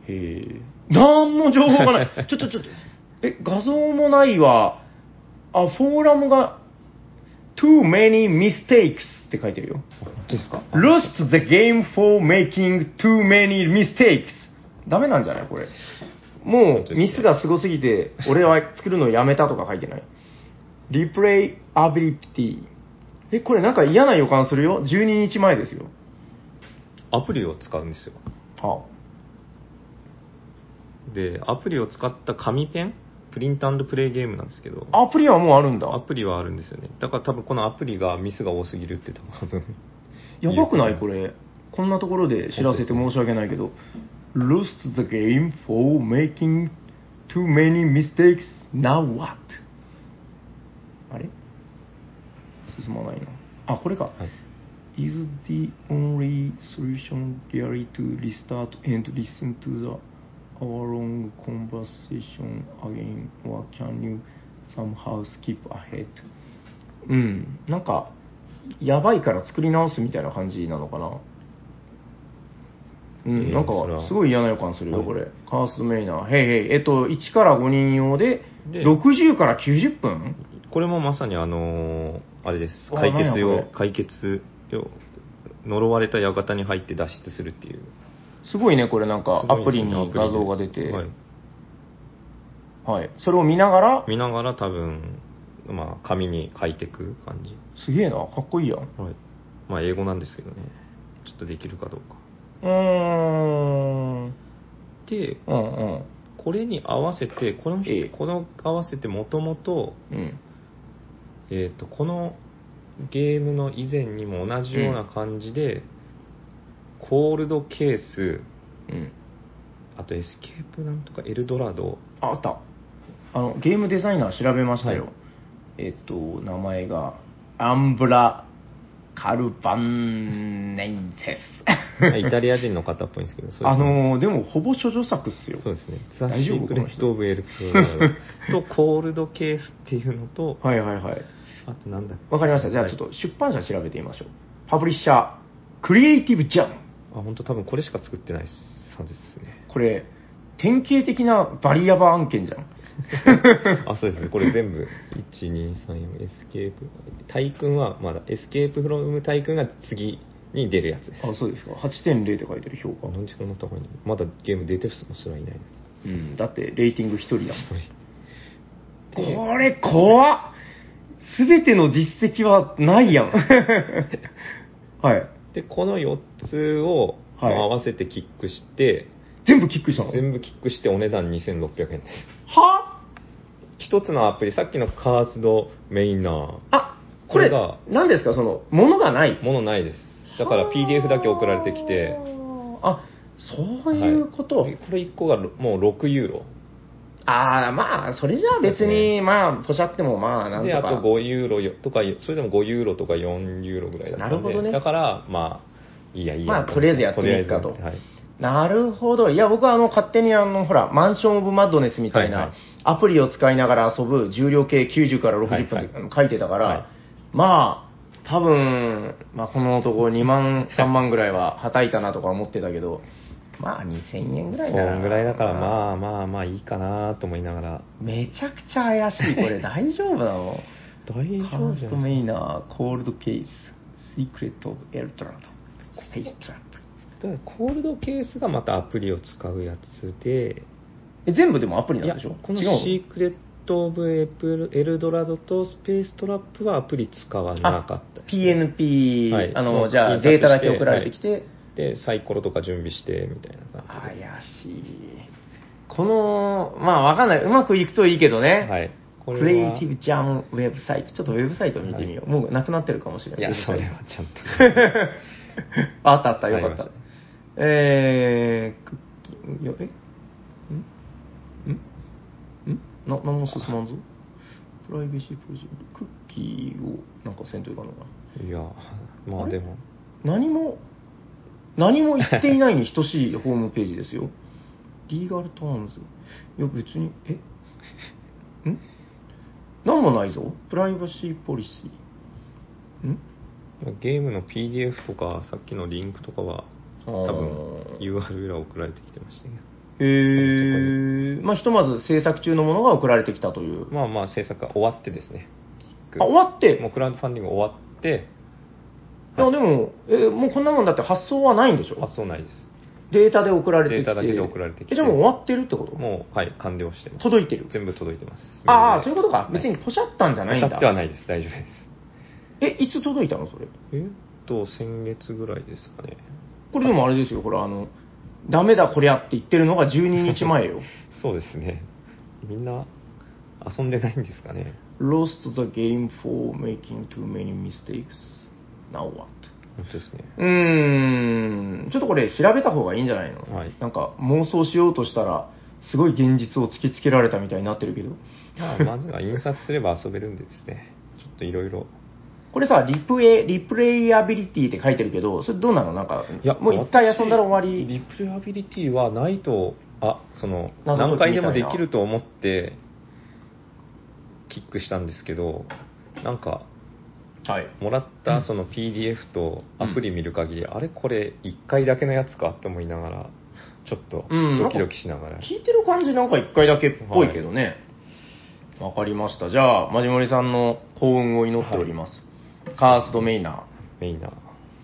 Speaker 2: へえ。なんも情報が ない。ちょ、ちょ、ちょ、え、画像もないわ。あ、フォーラムが、too many mistakes って書いてるよ。
Speaker 1: ですか
Speaker 2: lost the game for making too many mistakes ダメなんじゃないこれ。
Speaker 1: 本
Speaker 2: も
Speaker 1: 当
Speaker 2: う、
Speaker 1: ですね
Speaker 2: ミスがすごすぎて、俺は作るのやめたとか書いてない。replay ability。え、これなんか嫌な予感するよ。12日前ですよ。
Speaker 1: アプリを使うんですよ。
Speaker 2: は
Speaker 1: で、アプリを使った紙ペンプリントプレイゲームなんですけど、
Speaker 2: あ、アプリはもうあるんだ。
Speaker 1: アプリはあるんですよね。だから多分このアプリがミスが多すぎるって多分。
Speaker 2: やばくないこ
Speaker 1: れ。
Speaker 2: れ。こんなところで知らせて申し訳ないけど、Lost the game for making too many mistakes, now what? あれ進まないな。あ、これか。
Speaker 1: はい
Speaker 2: Is the only solution really to restart and listen to the hour-long conversation again, or can you somehow skip ahead? うん、なんか、やばいから作り直すみたいな感じなのかな。う
Speaker 1: え
Speaker 2: ん、
Speaker 1: ー
Speaker 2: なん
Speaker 1: それは
Speaker 2: か、すごい嫌な予感するよ、
Speaker 1: はい
Speaker 2: これ。カースメイナー。へいへい。えっと、1から5人用で、
Speaker 1: で
Speaker 2: 60から90分
Speaker 1: これもまさにあのーあれです。
Speaker 2: あ
Speaker 1: 解決
Speaker 2: なん
Speaker 1: 用
Speaker 2: やこ
Speaker 1: 解
Speaker 2: れ、
Speaker 1: 決用、呪われた館に入って脱出するっていう。
Speaker 2: すごいね、これなんか、
Speaker 1: す
Speaker 2: ア
Speaker 1: ごいですね
Speaker 2: プリに画像が
Speaker 1: アプ
Speaker 2: 出
Speaker 1: リで
Speaker 2: て、
Speaker 1: はい
Speaker 2: はい。それを見ながら、
Speaker 1: 見ながら多分、まあ、紙に書いてく感じ。
Speaker 2: すげえな、かっこいいやん。う
Speaker 1: はい。まあ、英語なんですけどね。ちょっとできるかどうか。
Speaker 2: ーん。
Speaker 1: で、
Speaker 2: うんうん。
Speaker 1: これに合わせて、この、
Speaker 2: ええ
Speaker 1: この合わせてもともと、
Speaker 2: うん。
Speaker 1: えっ、と、このゲームの以前にも同じような感じで、コールドケース、
Speaker 2: うん。
Speaker 1: あとエスケープなんとかエルドラ ド、
Speaker 2: ああった。あの、ゲームデザイナー調べましたよ。
Speaker 1: はい
Speaker 2: えっと、名前が、アンブラ・カルバンネンテス。
Speaker 1: イタリア人の方っぽいんですけど、そうですね
Speaker 2: あのーでもほぼ処女作っすよ。
Speaker 1: そうですね。ザ・
Speaker 2: 大
Speaker 1: シ
Speaker 2: 丈夫
Speaker 1: ークレット・オブ・エルプと、コールドケースっていうのと、
Speaker 2: はいはいはい。
Speaker 1: あとなんだっけ
Speaker 2: わかりました。じゃあちょっと出版社調べてみましょう。パブリッシャー、クリエイティブジャム。
Speaker 1: あ、本当多分これしか作ってないはずですね。
Speaker 2: これ、典型的なバリアバー案件じゃ ん。
Speaker 1: あ、そうですね。これ全部、1、2、3、4、エスケープ。タイ君はまだ、エスケープフロムタイ君が次に出るやつです。
Speaker 2: あ、そうですか。8.0って書いてる評
Speaker 1: あ、
Speaker 2: 価。
Speaker 1: なんでこんな高いのまだゲーム出てもすらいないです。
Speaker 2: うん、だってレーティング1人だもん。
Speaker 1: これ
Speaker 2: これ怖っすべての実績はない やん。はい。
Speaker 1: で、この4つを、
Speaker 2: はい
Speaker 1: まあ合わせてキックして、
Speaker 2: 全部キックしたの
Speaker 1: 全部キックしてお値段2600円です。
Speaker 2: は
Speaker 1: 一つのアプリ、さっきのカースドメイナ
Speaker 2: あ、これ
Speaker 1: これが、
Speaker 2: 何ですかその、ものがない
Speaker 1: ー、。ものないです。だから PDF だけ送られてきて、
Speaker 2: あ、そういうこと。
Speaker 1: はいでこれ1個がろもう6ユーロ。
Speaker 2: ああ、まあ、それじゃあ別
Speaker 1: そうで
Speaker 2: に、まあ、ポシャってもまあ、なんと
Speaker 1: で、
Speaker 2: か。
Speaker 1: あと5ユーロよとか、それでも5ユーロとか4ユーロぐらいだったんで、
Speaker 2: なるほどね
Speaker 1: だから、まあ、いいやいいや。
Speaker 2: まあとりあえずやってみっかと
Speaker 1: りあえずやって
Speaker 2: なるほど。いや、僕はあの、勝手にあの、ほら、マンションオブマッドネスみた
Speaker 1: は
Speaker 2: い
Speaker 1: いは、
Speaker 2: ないアプリを使いながら遊ぶ重量計90から60分
Speaker 1: はい
Speaker 2: っ
Speaker 1: はい
Speaker 2: てあの書いてたから、
Speaker 1: はい
Speaker 2: まあ、多分、まあ、この男2万、3万ぐらいははたいたなとか思ってたけど、まあ、2000円ぐ
Speaker 1: は
Speaker 2: ら
Speaker 1: い
Speaker 2: い
Speaker 1: そ
Speaker 2: なら。
Speaker 1: んぐらいだから、まあまあまあいいかなと思いながら、
Speaker 2: めちゃくちゃ怪しい。これ大丈夫な の
Speaker 1: 大丈
Speaker 2: カ
Speaker 1: 夫
Speaker 2: ー
Speaker 1: じ
Speaker 2: ス
Speaker 1: ゃ
Speaker 2: ト
Speaker 1: な
Speaker 2: メ
Speaker 1: い
Speaker 2: イナー、コールドケース、シークレット・オブ・エルトラと、スペース・トラップ。
Speaker 1: だからコールドケースがまたアプリを使うやつで、
Speaker 2: え、全部でもアプリ
Speaker 1: い
Speaker 2: な
Speaker 1: や
Speaker 2: んでしょ
Speaker 1: この
Speaker 2: 違うの
Speaker 1: シークレット・オブ・エプルエルドラドとスペーストラップはアプリ使わなかったです
Speaker 2: PNP、
Speaker 1: はい
Speaker 2: あ
Speaker 1: も
Speaker 2: の、
Speaker 1: う
Speaker 2: じゃあ
Speaker 1: 印刷して
Speaker 2: データだけ送られてきて、
Speaker 1: でサイコロとか準備してみたいな感
Speaker 2: 怪しい。この、まあわかんない。うまくいくといいけど
Speaker 1: じでは
Speaker 2: ね。
Speaker 1: いこ
Speaker 2: クリ
Speaker 1: れ
Speaker 2: エ
Speaker 1: は
Speaker 2: イティブジャムウェブサイト。ちょっとウェブサイト見てみよう。もうなくなってるかもしれない。
Speaker 1: いや
Speaker 2: ウェブ
Speaker 1: そ
Speaker 2: サイト
Speaker 1: れはちゃんと
Speaker 2: あったあった、よかっ
Speaker 1: あ
Speaker 2: た
Speaker 1: りまし。
Speaker 2: えー、クッキング、いやえんんんな、何も進まんぞ。プライベシープロジェクト、クッキーをなんかせんといかんのか
Speaker 1: いやまあでも
Speaker 2: な。何も、何も言っていないに等しいホームページですよ。リーガルターンズ。いや、別に、えん何もないぞ。プライバシーポリシー。ん
Speaker 1: ゲームの PDF とかさっきのリンクとかは多分
Speaker 2: あー
Speaker 1: URL は送られてきてましたけど
Speaker 2: へえ、まあ、ひとまず制作中のものが送られてきたという。
Speaker 1: まあまあ制作が終わってですね
Speaker 2: あ、終わって、
Speaker 1: もうクラウドファンディング終わって
Speaker 2: いやでも、えーもうこんなもんだって発想はないんでしょ
Speaker 1: 発送ないです
Speaker 2: データで送られてきて。
Speaker 1: データだけで送られてきて
Speaker 2: えじゃあもう終わってるってこと
Speaker 1: もうはい完了してます
Speaker 2: 届いてる。
Speaker 1: 全部届いてます
Speaker 2: ああ、そういうことか。別
Speaker 1: に
Speaker 2: にポシャったんじゃないん
Speaker 1: 当
Speaker 2: だ。
Speaker 1: たってはないです大丈夫です
Speaker 2: え、いつ届いたのそれ。
Speaker 1: えっと先月ぐらいですかね
Speaker 2: これでもあれですよ、ほら、あの、ダメだこりゃって言ってるのが12日前よ。
Speaker 1: そうですねみんな遊んでないんですかね
Speaker 2: Lost the game for making too many mistakes. Now what?
Speaker 1: 本当ですね
Speaker 2: うーん、ちょっとこれ調べた方がいいんじゃないの、
Speaker 1: はい
Speaker 2: なんか妄想しようとしたら、すごい現実を突きつけられたみたいになってるけど。
Speaker 1: まあまずは印刷すれば遊べるんでですねちょっといろいろ
Speaker 2: これさ、リプレイ、リプレイアビリティって書いてるけど、それどうなのなんか、もう一回遊んだら終わり。
Speaker 1: リプレイアビリティはないとあその
Speaker 2: 謎解きみたいな
Speaker 1: 何回でもできると思ってキックしたんですけどなんか
Speaker 2: はい。
Speaker 1: もらったその PDF とアプリ見る限り、あれこれ1回だけのやつかと思いながらちょっと
Speaker 2: うん
Speaker 1: ドキドキしながら、
Speaker 2: 聞いてる感じなんか一回だけっぽいけどね。わ、かりました。じゃあ、まじもりさんの幸運を祈っております。カーストメイナ
Speaker 1: メイナー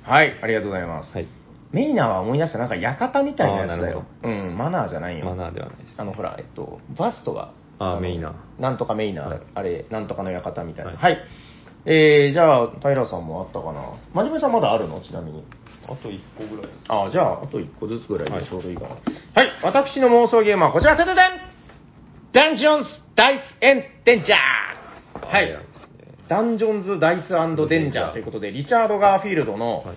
Speaker 2: ー。はい、ありがとうございます。
Speaker 1: はい
Speaker 2: メイナーは思い出した、なんか館みたいなやつだよ。
Speaker 1: あ
Speaker 2: うん、マナーじゃないよ。
Speaker 1: マナーではないです
Speaker 2: あのほら、えっと、バストが、
Speaker 1: あー
Speaker 2: の
Speaker 1: メイナ
Speaker 2: なんとかメイナー、
Speaker 1: はい
Speaker 2: あれ、なんとかの館みたいな。は。
Speaker 1: はいい
Speaker 2: えー、じゃあ、平さんもあったかな。真面目さんまだあるのちなみに。
Speaker 1: あと1個ぐらいです
Speaker 2: ああ、じゃあ、あと1個ずつぐらい
Speaker 1: は
Speaker 2: で
Speaker 1: い
Speaker 2: ちょうどいいかな。はい、私の妄想ゲームはこちら、てててんダンジョンズ、ダイス、エン、デンジャーは
Speaker 1: あれ
Speaker 2: い
Speaker 1: なん。ですね
Speaker 2: ダンジョンズ・ダイスデンジャーということで、リチャード・ガーフィールドの、
Speaker 1: はい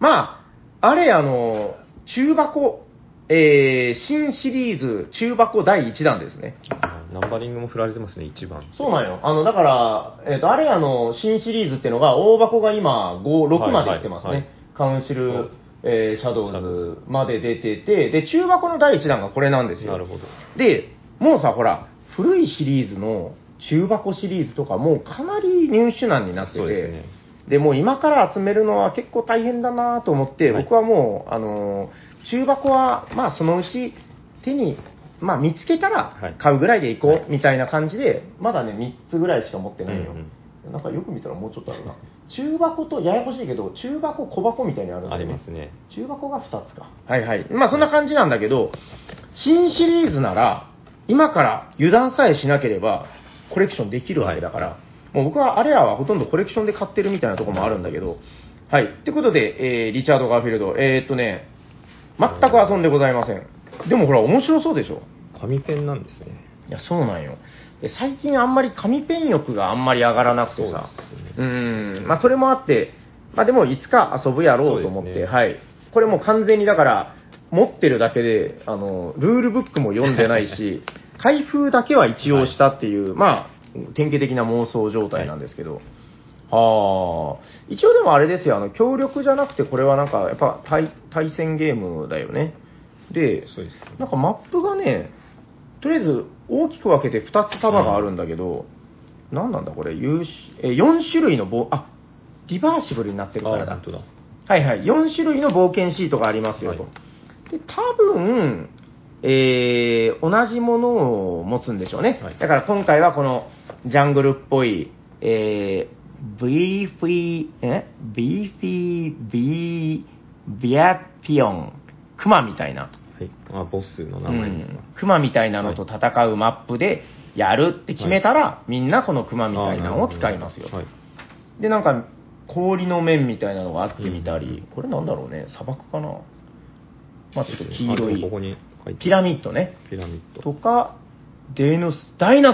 Speaker 2: まあ、あれ、あの、中箱、えー新シリーズ中箱第1弾ですね。
Speaker 1: あーナンバリングも振られてますね1番
Speaker 2: そうなんよ。あの、だから、えっ、と、あれ、あの、新シリーズってのが、大箱が今、5、6までいってますね。
Speaker 1: はいはいはい
Speaker 2: カウンシルえーシャドウズまで出てて、で、中箱の第1弾がこれなんですよ。
Speaker 1: なるほど。
Speaker 2: で、もうさ、ほら、古いシリーズの中箱シリーズとか、もうかなり入手難になって
Speaker 1: そうで
Speaker 2: て、
Speaker 1: すね
Speaker 2: でもう今から集めるのは結構大変だなと思って、
Speaker 1: はい
Speaker 2: 僕はもう、あのー中箱は、まあそのうち手に、まあ見つけた
Speaker 1: はい
Speaker 2: ら買うぐらいでいこ
Speaker 1: はいう
Speaker 2: みたいな感じで、まだね、3つぐらいしか持ってないよ。
Speaker 1: うん
Speaker 2: なんかよく見たらもうちょっとあるな。中箱とややこしいけど、中箱、小箱みたいにあるんだ
Speaker 1: あ
Speaker 2: よ
Speaker 1: り
Speaker 2: ね
Speaker 1: ますね。
Speaker 2: 中箱が2つか。はいはい。まあそんな感じなんだけど、新シリーズなら、今から油断さえしなければ、コレクションできるわけだから、もう僕はあれらはほとんどコレクションで買ってるみたいなところもあるんだけど、はい。ってことで、えーリチャード・ガーフィールド、えー、っとね、全く遊んでございません。でもほら、面白そうでしょ
Speaker 1: 紙ペンなんですね。
Speaker 2: いや、そうなんよ。で最近あんまり紙ペン欲があんまり上がらなくてさ。
Speaker 1: そうです
Speaker 2: うーん。まあ、それもあって、まあ、でもいつか遊ぶやろうと思
Speaker 1: そう
Speaker 2: って、
Speaker 1: ですね
Speaker 2: はい。これもう完全にだから、持ってるだけで、あの、ルールブックも読んでない し、開封だけは一応したっていう、まあ、典型的な妄想状態なんですけど。ああ。一応でもあれですよ、あの、協力じゃなくて、これはなんか、やっぱ対、対戦ゲームだよね。で、
Speaker 1: そうですね
Speaker 2: なんかマップがね、とりあえず大きく分けて2つ束があるんだけど、何なんだこれ、有しえ4種類の棒、あリバーシブルになってるから
Speaker 1: あ
Speaker 2: だ
Speaker 1: 本。当だ。
Speaker 2: はいはい、4種類の冒険シートがありますよと。
Speaker 1: はい
Speaker 2: で、多分、えー同じものを持つんでしょうね。
Speaker 1: はい
Speaker 2: だから今回はこのジャングルっぽい、えー、ビーフィー、えビーフィー、ビー、ビアピオン、クマみたいな。
Speaker 1: はい。まあ、ボスの名前です
Speaker 2: う
Speaker 1: ね
Speaker 2: ん。クマみたいなのと戦うマップでやるって決めたら、みんなこのクマみたいなのを使いますよ、
Speaker 1: はい。
Speaker 2: でなんか氷の面みたいなのがあってみたり、
Speaker 1: うん
Speaker 2: これなんだろうね砂漠かなまあちょっと黄色
Speaker 1: あでもここ
Speaker 2: い
Speaker 1: に書いて
Speaker 2: ピラミッドね
Speaker 1: ピラミッド。
Speaker 2: とかデノスダイナ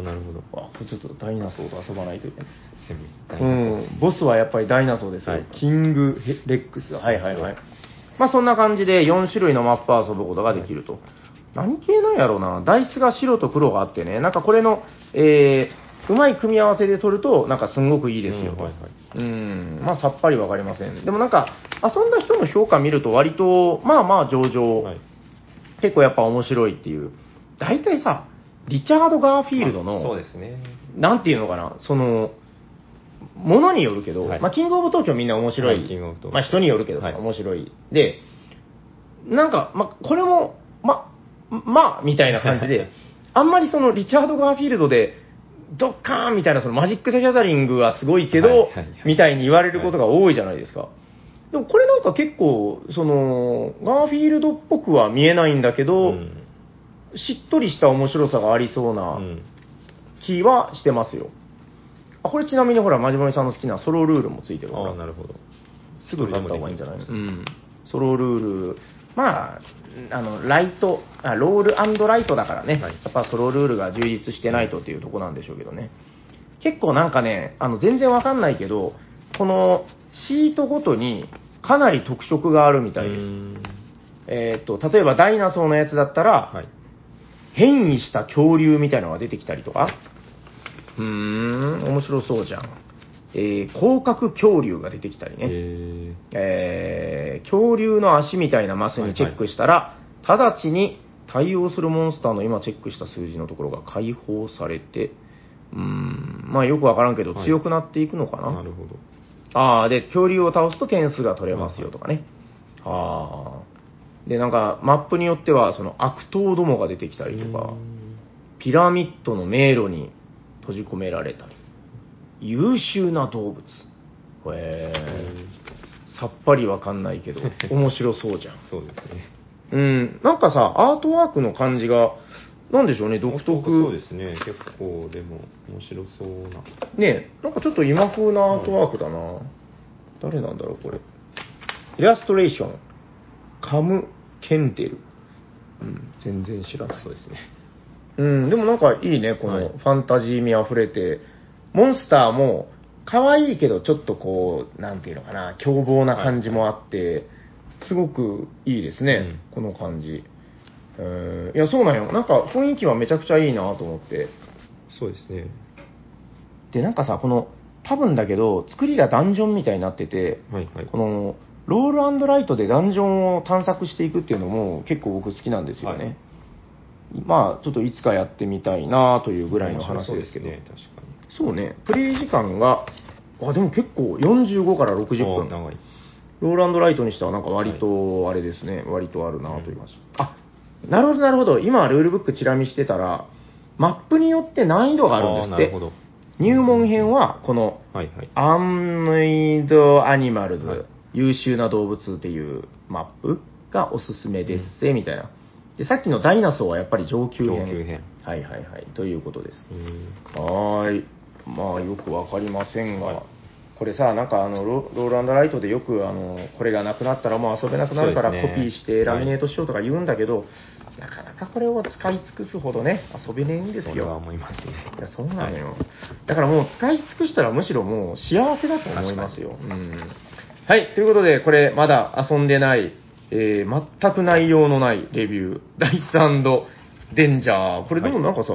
Speaker 1: ああ、なるほど。
Speaker 2: ーあこれちょっとダイナソーと遊ばないといけない
Speaker 1: セミ。
Speaker 2: うん、ボスはやっぱりダイナソーですよ、
Speaker 1: はい
Speaker 2: キングヘレックスだ
Speaker 1: はいはいはい
Speaker 2: まあそんな感じで4種類のマップを遊ぶことができると、何系なんやろうなダイスが白と黒があってねなんかこれのえーうまい組み合わせで取るとなんかすんごくいいですよ、
Speaker 1: うんはいはい
Speaker 2: うんまあさっぱりわかりませんでもなんか遊んだ人の評価見ると割とまあまあ上々、
Speaker 1: はい。
Speaker 2: 結構やっぱ面白いっていう大体さリチャード・ガーフィールドの、
Speaker 1: まあそうですね。
Speaker 2: なんていうのかな、その、ものによるけど、
Speaker 1: はい
Speaker 2: まあ、キングオブ東京みんな面白い。
Speaker 1: はいキングオブ東京
Speaker 2: まあ、人によるけどさ、
Speaker 1: はい
Speaker 2: 面白い。で、なんか、まあ、これも、ま、まあ、みたいな感じ で、あんまりそのリチャード・ガーフィールドで、ドッカーンみたいなそのマジック・ザ・ギャザリングはすごいけど、
Speaker 1: はいはいはい
Speaker 2: みたいに言われることが多いじゃないですか。でもこれなんか結構、その、ガーフィールドっぽくは見えないんだけど、
Speaker 1: うん
Speaker 2: しっとりした面白さがありそうな、
Speaker 1: うん
Speaker 2: 気はしてますよ。あこれちなみにほら、まじまじさんの好きなソロルールもついてるか
Speaker 1: ああ、
Speaker 2: ら、
Speaker 1: なるほど。
Speaker 2: すぐ買った方がいいんじゃない
Speaker 1: 一人でもできる
Speaker 2: うん。ソロルール、まあ、あの、ライト、あロールライトだからね、
Speaker 1: はい
Speaker 2: やっぱソロルールが充実してないとっていうとこなんでしょうけどね。結構なんかね、あの、全然わかんないけど、このシートごとにかなり特色があるみたいで
Speaker 1: う
Speaker 2: す。
Speaker 1: ん
Speaker 2: えーっと、例えばダイナソーのやつだったら、
Speaker 1: はい。
Speaker 2: 変異した恐竜みたいのが出てきたりとか。うーん、面白そうじゃん。えー、広角恐竜が出てきたりね。
Speaker 1: え
Speaker 2: えー、恐竜の足みたいなマスにチェックしたら、直ちに対応するモンスターの今チェックした数字のところが解放されて、うーん、まあよくわからんけど
Speaker 1: はい
Speaker 2: 強くなっていくのかな。
Speaker 1: ーなるほど。
Speaker 2: ああ、で、恐竜を倒すと点数が取れますよとかね。ああ。で、なんか、マップによっては、その悪党どもが出てきたりとか、ピラミッドの迷路に閉じ込められたり、優秀な動物。へえ。さっぱりわかんないけど、面白そう じゃん。
Speaker 1: そうですね。
Speaker 2: うん、なんかさ、アートワークの感じが、なんでしょうね、独特。
Speaker 1: そうですね。結構、でも、面白そうな。
Speaker 2: ねえ、なんかちょっと今風なアートワークだな、誰なんだろう、これ。イラストレーション、カム・ケンテル。うん、全然知らない。
Speaker 1: そうですね。
Speaker 2: うん、でもなんかいいね、こ
Speaker 1: は
Speaker 2: の
Speaker 1: い
Speaker 2: ファンタジー味あふれて、モンスターも可愛いけど、ちょっとこう、なんていうのかな、凶暴な感じもあって、すごくいいですね、この感じ。うん、いや、そうなんよ。なんか雰囲気はめちゃくちゃいいなと思って。
Speaker 1: そうですね。
Speaker 2: でなんかさこの多分だけど作りがダンジョンみたいになってて
Speaker 1: はいはい。
Speaker 2: このロールライトでダンジョンを探索していくっていうのも結構僕好きなんですよね。
Speaker 1: はい
Speaker 2: まあ、ちょっといつかやってみたいなというぐらいの話ですけど。
Speaker 1: 面白そうですね、確かに。
Speaker 2: そうね、プレイ時間が、あ、でも結構45から60
Speaker 1: お
Speaker 2: 分。
Speaker 1: 長い。
Speaker 2: ローランドライトにしてはなんか割と、あれですね、割とあるなと言います。あ、なるほどなるほど。今、ルールブックチラ見してたら、マップによって難易度があるん
Speaker 1: あーな
Speaker 2: で
Speaker 1: る
Speaker 2: す
Speaker 1: ほ
Speaker 2: って。
Speaker 1: ど。
Speaker 2: 入門編は、この、
Speaker 1: はいはい。
Speaker 2: アンヌイド・アニマルズ、
Speaker 1: はい
Speaker 2: 優秀な動物っていうマップがおすすめですぜ、みたいな。で、さっきのダイナソーはやっぱり上級編。
Speaker 1: 上級編
Speaker 2: はいはいはい。ということです。
Speaker 1: うん
Speaker 2: はーい。まあ、よくわかりませんが、
Speaker 1: はい
Speaker 2: これさ、なんかあのロ、ロールライトでよく、あの、これがなくなったらもう遊べなくなるから
Speaker 1: そうで
Speaker 2: コ
Speaker 1: すね
Speaker 2: ピーしてラミネートしようとか言うんだけど、なかなかこれを使い尽くすほどね、遊べねえんです
Speaker 1: それは
Speaker 2: よ。
Speaker 1: 思いますね。
Speaker 2: いや、そうなのよ。だからもう使い尽くしたらむしろもう幸せだと思いますよ。うん。はい、ということで、これまだ遊んでない、えー、全く内容のないレビュー、ダイスデンジャー。これでもなんかさ、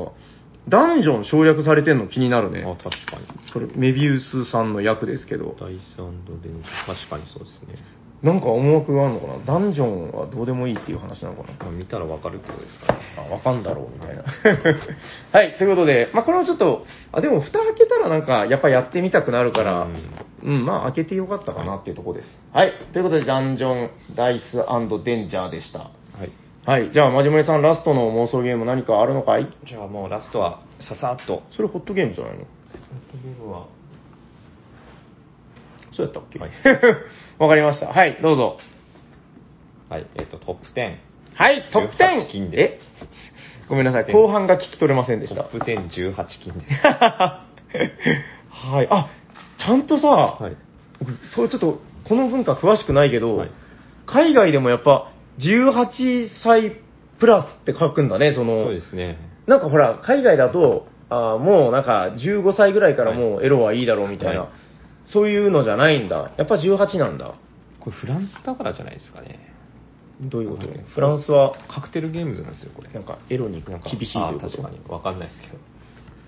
Speaker 2: ダンジョン省略されてんの気になる
Speaker 1: あ、
Speaker 2: ね。
Speaker 1: 確かに。
Speaker 2: これ、メビウスさんの役ですけど、
Speaker 1: 第三度で、確かにそうですね。
Speaker 2: なんか思惑があるのかなダンジョンはどうでもいいっていう話なのかな
Speaker 1: まあ見たらわかるってことですかね。
Speaker 2: あ、わかんだろう、みたいな。 はい、ということで、まあ、これもちょっと、あ、でも、蓋開けたらなんか、やっぱやってみたくなるから、
Speaker 1: う
Speaker 2: うんん、まあ、開けてよかったかなっていうところです。はい、ということで、ダンジョン、ダイスデンジャーでした。
Speaker 1: はい。
Speaker 2: はい、じゃあ、まじもりさん、ラストの妄想ゲーム何かあるのかい
Speaker 1: じゃあもうラストは、ささっと。
Speaker 2: それホットゲームじゃないの
Speaker 1: は、
Speaker 2: そうやったっけ
Speaker 1: は
Speaker 2: わ、
Speaker 1: い
Speaker 2: かりました。はい、どうぞ。
Speaker 1: はい、えっ、と、トップ10。
Speaker 2: はい、トップ 10!
Speaker 1: 18金
Speaker 2: え
Speaker 1: で
Speaker 2: ごめんなさい、後半が聞き取れませんで
Speaker 1: ト
Speaker 2: した
Speaker 1: ッ。プ10、18金です。
Speaker 2: はい、あ、ちゃんとさ、
Speaker 1: はい。
Speaker 2: 僕そうちょっとこの文化詳しくないけど、
Speaker 1: はい
Speaker 2: 海外でもやっぱ18歳プラスって書くんだねその
Speaker 1: そうですね。
Speaker 2: なんかほら海外だとあーもうなんか15歳ぐらいからもうエロはいいだろうみたいな、
Speaker 1: はい
Speaker 2: そういうのじゃないんだやっぱ18なんだ
Speaker 1: これフランスだからじゃないですかね。
Speaker 2: どういうこと、
Speaker 1: はい
Speaker 2: フランスは
Speaker 1: カクテルゲームズなんですよ、これ。
Speaker 2: なんかエロに厳しいと
Speaker 1: あ
Speaker 2: いうこ
Speaker 1: 確
Speaker 2: と
Speaker 1: かに。わかんないですけど。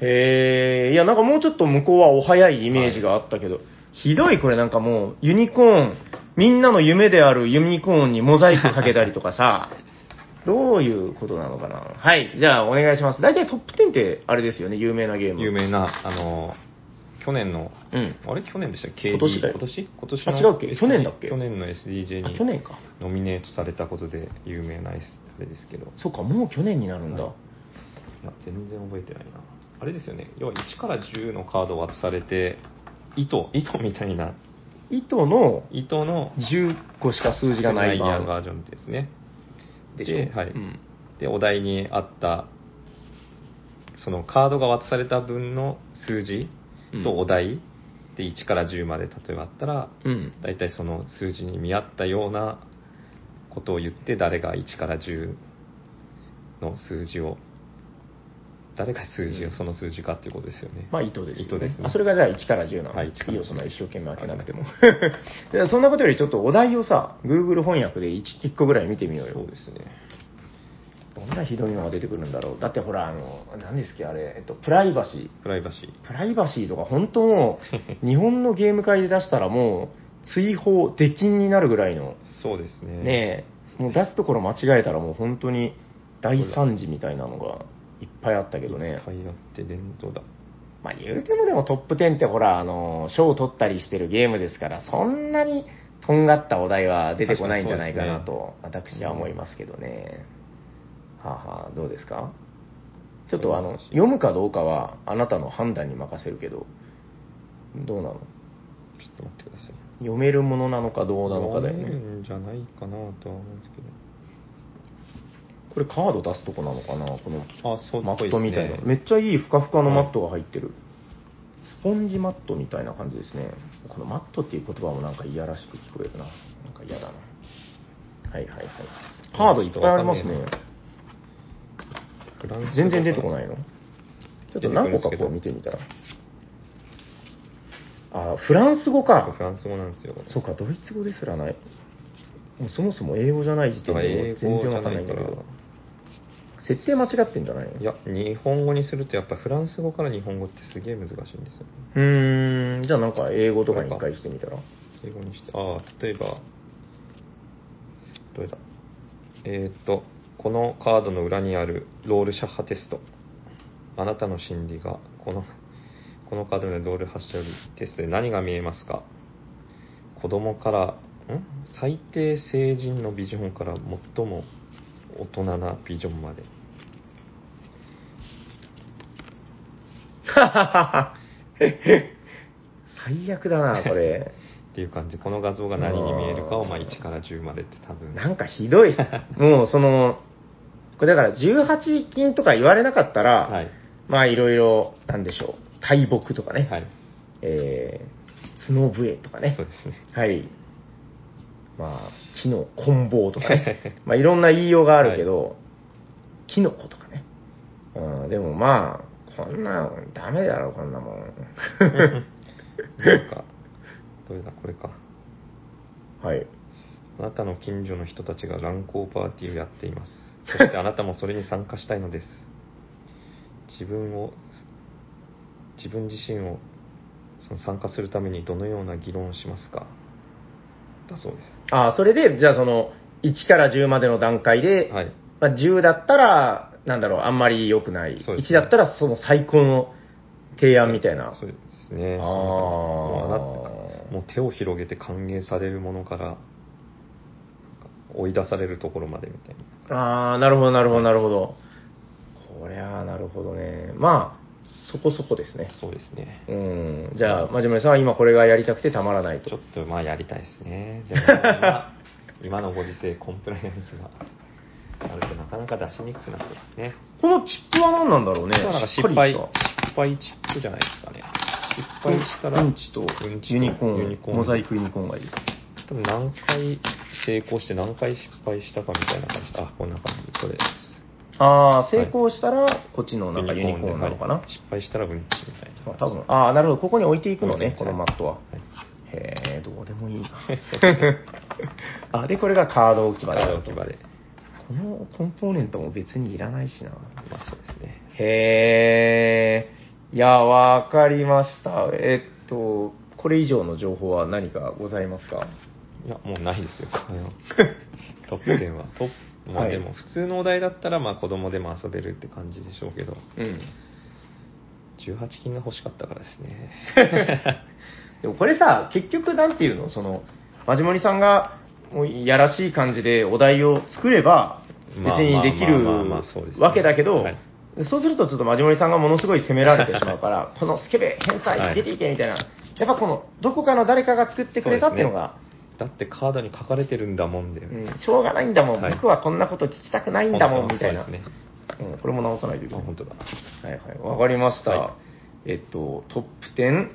Speaker 2: へえいやなんかもうちょっと向こうはお早いイメージがあったけど、ひどいこれなんかもうユニコーンみんなの夢であるユニコーンにモザイクかけたりとかさ どういうことなのかなはいじゃあお願いします大体トップ10ってあれですよね有名なゲーム
Speaker 1: 有名な、あの、去年の、
Speaker 2: うん
Speaker 1: あれ去年でしたっけ
Speaker 2: 今年だよ
Speaker 1: 今年今年
Speaker 2: あ
Speaker 1: の
Speaker 2: 違うっけ
Speaker 1: SD
Speaker 2: 去年だっけ
Speaker 1: 去年の SDJ
Speaker 2: あ
Speaker 1: に
Speaker 2: 去年か
Speaker 1: ノミネートされたことで有名な S あれですけど、
Speaker 2: そっかもう去年になるんだ、
Speaker 1: はいいや全然覚えてないな。あれですよね、要は1から10のカードを渡されて、糸、糸みたいな、
Speaker 2: 糸の
Speaker 1: 糸の
Speaker 2: 10個しか数字がない
Speaker 1: バ
Speaker 2: 版
Speaker 1: ージョンですね。
Speaker 2: でしょ
Speaker 1: ではい
Speaker 2: うん
Speaker 1: で、お題に合った、そのカードが渡された分の数字とお題、で1から10まで例えばあったら、
Speaker 2: うん
Speaker 1: 大体その数字に見合ったようなことを言って誰が1から10の数字を誰が数字をその数字かっていうことですよね、
Speaker 2: まあ糸ですよ、ね。
Speaker 1: 糸ですね
Speaker 2: あそれがじゃあ1から10なの。
Speaker 1: はい
Speaker 2: い、
Speaker 1: 1から10
Speaker 2: いよ、そんな一生懸命開けなくても。 でそんなことよりちょっとお題をさ、Google 翻訳で 1, 一個ぐらい見てみよう
Speaker 1: そう
Speaker 2: よ。
Speaker 1: ですね
Speaker 2: どんなひどいのが出てくるんだろう。だってほら、あの、何ですっけ、あれ、えっと、プライバシー。
Speaker 1: プライバシー
Speaker 2: プライバシーとか本当も う、日本のゲーム界で出したらもう、追放、出禁になるぐらいの、
Speaker 1: そうですね
Speaker 2: ねえ、もう出すところ間違えたらもう本当に大惨事みたいなのがいっぱいあったけど
Speaker 1: い
Speaker 2: ね
Speaker 1: っ。ぱいあって伝統だ
Speaker 2: まあ言うてもでもトップ10ってほら、あの、賞を取ったりしてるゲームですから、そんなにとんがったお題は出てこないんじゃないかなと、私は思いますけどね。はあ、はあ、どうですかちょっとあ
Speaker 1: そう
Speaker 2: の、
Speaker 1: ですね
Speaker 2: 読むかどうかはあなたの判断に任せるけど、どうな
Speaker 1: ち
Speaker 2: の
Speaker 1: ょっと待ってください
Speaker 2: 読めるものなのかどうなのかだよ
Speaker 1: 読
Speaker 2: ね。
Speaker 1: めるんじゃないかなとは思うんですけど
Speaker 2: これカード出すとこなのかなこの
Speaker 1: あそう
Speaker 2: マ
Speaker 1: っ
Speaker 2: ッ
Speaker 1: ぽ
Speaker 2: ト
Speaker 1: い
Speaker 2: み
Speaker 1: です
Speaker 2: た
Speaker 1: ね
Speaker 2: いな。めっちゃいいふかふかのマットが入ってる。スポンジマットみたいな感じですね。このマットっていう言葉もなんかいやらしく聞こえるな。なんか嫌だな。はいはいはい。カードいっぱいありますね。
Speaker 1: フランス
Speaker 2: 全然出てこないいのちょっと何個かこう見てみたら。あ、フランス語か
Speaker 1: フ。ランス語なんですよ
Speaker 2: そうか、ドイツ語ですらない。もうそもそも英語じゃない時点
Speaker 1: だから
Speaker 2: でも
Speaker 1: 英
Speaker 2: う全
Speaker 1: 語じ
Speaker 2: 然
Speaker 1: ゃ
Speaker 2: わかん
Speaker 1: な
Speaker 2: ないいんだ
Speaker 1: か
Speaker 2: け
Speaker 1: ら
Speaker 2: ど。設定間違ってんじゃないの
Speaker 1: いや日本語にするとやっぱフランス語から日本語ってすげえ難しいんですよね
Speaker 2: うーん、じゃあなんか英語とかに一回してみたら。
Speaker 1: 英語にしてああ例えばどれだえーっと、このカードの裏にあるロールシャッハテスト。あなたの心理が、この、このカードのロール発射よりテストで何が見えますか子供から、ん最低成人のビジョンから最も大人なビジョンまで。
Speaker 2: 最悪だな、これ。
Speaker 1: っていう感じ。この画像が何に見えるかを、まあ1から10までって多分。
Speaker 2: なんかひどい。もうその、これだから18金とか言われなかったら、
Speaker 1: はい。
Speaker 2: まあいろいろ、なんでしょう。大木とかね。
Speaker 1: はい。
Speaker 2: えー、角笛とかね
Speaker 1: そう。ですね。
Speaker 2: はい。まあ、木の棍棒と かね。まあいろんな言いようがあるけど、キノコとかね。うん、でもまあ、こんなんダメだろ、こんなもん。
Speaker 1: なんか、どれだ、これか。
Speaker 2: はい。
Speaker 1: あなたの近所の人たちが乱行パーティーをやっています。そしてあなたもそれに参加したいのです。自分を、自分自身をその参加するためにどのような議論をしますかだそうです。
Speaker 2: ああ、それで、じゃあその、1から10までの段階で、
Speaker 1: はい。
Speaker 2: まあ、10だったら、なんだろう、あんまり良くない。
Speaker 1: そうです
Speaker 2: 1
Speaker 1: ね
Speaker 2: だったら、その最高の提案みたいな。
Speaker 1: そうですね。
Speaker 2: あー
Speaker 1: そのもうあなもう手を広げて歓迎されるものから、なんか追い出されるところまでみたいな。
Speaker 2: ああ、なるほど、なるほど、なるほど。こりゃあ、なるほどね。まあ、そこそこですね。
Speaker 1: そうですね。
Speaker 2: うん。じゃあ、まじまりさんは今これがやりたくてたまらない
Speaker 1: ちょっ
Speaker 2: と。
Speaker 1: とまあやりたいです ね。でも今今のご時世コンプライアンスがあるとなかなか出しにくくなってますね。
Speaker 2: このチップは何なんだろうね。
Speaker 1: 今なんか
Speaker 2: し
Speaker 1: 失
Speaker 2: っかり
Speaker 1: 敗、失敗
Speaker 2: した
Speaker 1: チップじゃないですかね。失敗したら、
Speaker 2: うんちと
Speaker 1: うんちと
Speaker 2: ユニコ
Speaker 1: ユニ
Speaker 2: ー
Speaker 1: コー
Speaker 2: ン、
Speaker 1: ン
Speaker 2: モザイクユニコーンがいる。
Speaker 1: 多分何回成功して何回失敗したかみたいな感じで、あ、こんな感じ、これです。
Speaker 2: ああ、成功したら、こっちのなんかユニコーンなのかな。
Speaker 1: はい失敗したらうんちみたい
Speaker 2: ま
Speaker 1: な。
Speaker 2: あ多分。ああ、なるほど。ここに置いていくのね、こ
Speaker 1: 置いていく
Speaker 2: のマットは。
Speaker 1: はい
Speaker 2: へえ、どうでもい いな。あ、で、これがカード置き場
Speaker 1: カード
Speaker 2: だ
Speaker 1: 置き場で。
Speaker 2: このコンポーネントも別にいらないしな。
Speaker 1: まあそうですね。
Speaker 2: へえ、いや、わかりました。えっと、これ以上の情報は何かございますか
Speaker 1: いや、もうないですよ、こ のトップ10は。トップ、ま
Speaker 2: は
Speaker 1: あ
Speaker 2: い
Speaker 1: でも普通のお題だったら、まあ子供でも遊べるって感じでしょうけど、
Speaker 2: うん。
Speaker 1: 18金が欲しかったからですね。
Speaker 2: でもこれさ、結局なんていうのその、まじもりさんが、もういやらしい感じでお題を作れば、別
Speaker 1: まあ
Speaker 2: にでき
Speaker 1: ま
Speaker 2: る
Speaker 1: あまあまあまあそうですね
Speaker 2: わけだけど
Speaker 1: はい、
Speaker 2: そうするとちょっとまじもりさんがものすごい責められてしまうから、このスケベ、変
Speaker 1: は
Speaker 2: 態、
Speaker 1: い
Speaker 2: 出ていけみたいな、やっぱこの、どこかの誰かが作ってくれたっていうのが、
Speaker 1: だってカードに書かれてるんだもんで。
Speaker 2: うんしょうがないんだもん、
Speaker 1: はい
Speaker 2: 僕はこんなこと聞きたくないんだもん、みたいな。
Speaker 1: そうですね。
Speaker 2: うん、これも直さないといけ
Speaker 1: あ、
Speaker 2: ない。
Speaker 1: 本当だ。
Speaker 2: はいはい。わかりました。
Speaker 1: はい
Speaker 2: えっと、トップ10、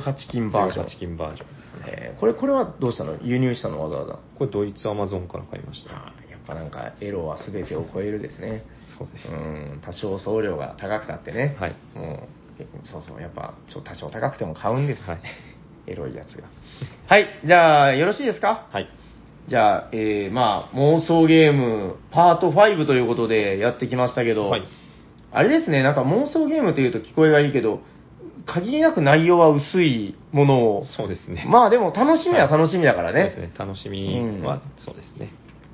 Speaker 2: 18金バージョン。
Speaker 1: 18金バージョンですね。
Speaker 2: えーこれ、これはどうしたの輸入したのわざわざ。
Speaker 1: これドイツアマゾンから買いました。
Speaker 2: あーやっぱなんか、エロは全てを超えるですね。
Speaker 1: そうです
Speaker 2: う。ん、多少送料が高くなってね。
Speaker 1: はい
Speaker 2: もう、そうそう、やっぱ、ちょっと多少高くても買うんです。
Speaker 1: はい。
Speaker 2: エロいやつが。はい、じゃあ、よろしいですか
Speaker 1: はい。
Speaker 2: じゃあ、えー、まあ、妄想ゲーム、パート5ということでやってきましたけど、
Speaker 1: はい
Speaker 2: あれですね、なんか妄想ゲームというと聞こえがいいけど、限りなく内容は薄いものを、
Speaker 1: そうですね。
Speaker 2: まあでも楽しみは楽しみだから
Speaker 1: あ
Speaker 2: ね。
Speaker 1: そうですね。楽しみは、そうですね。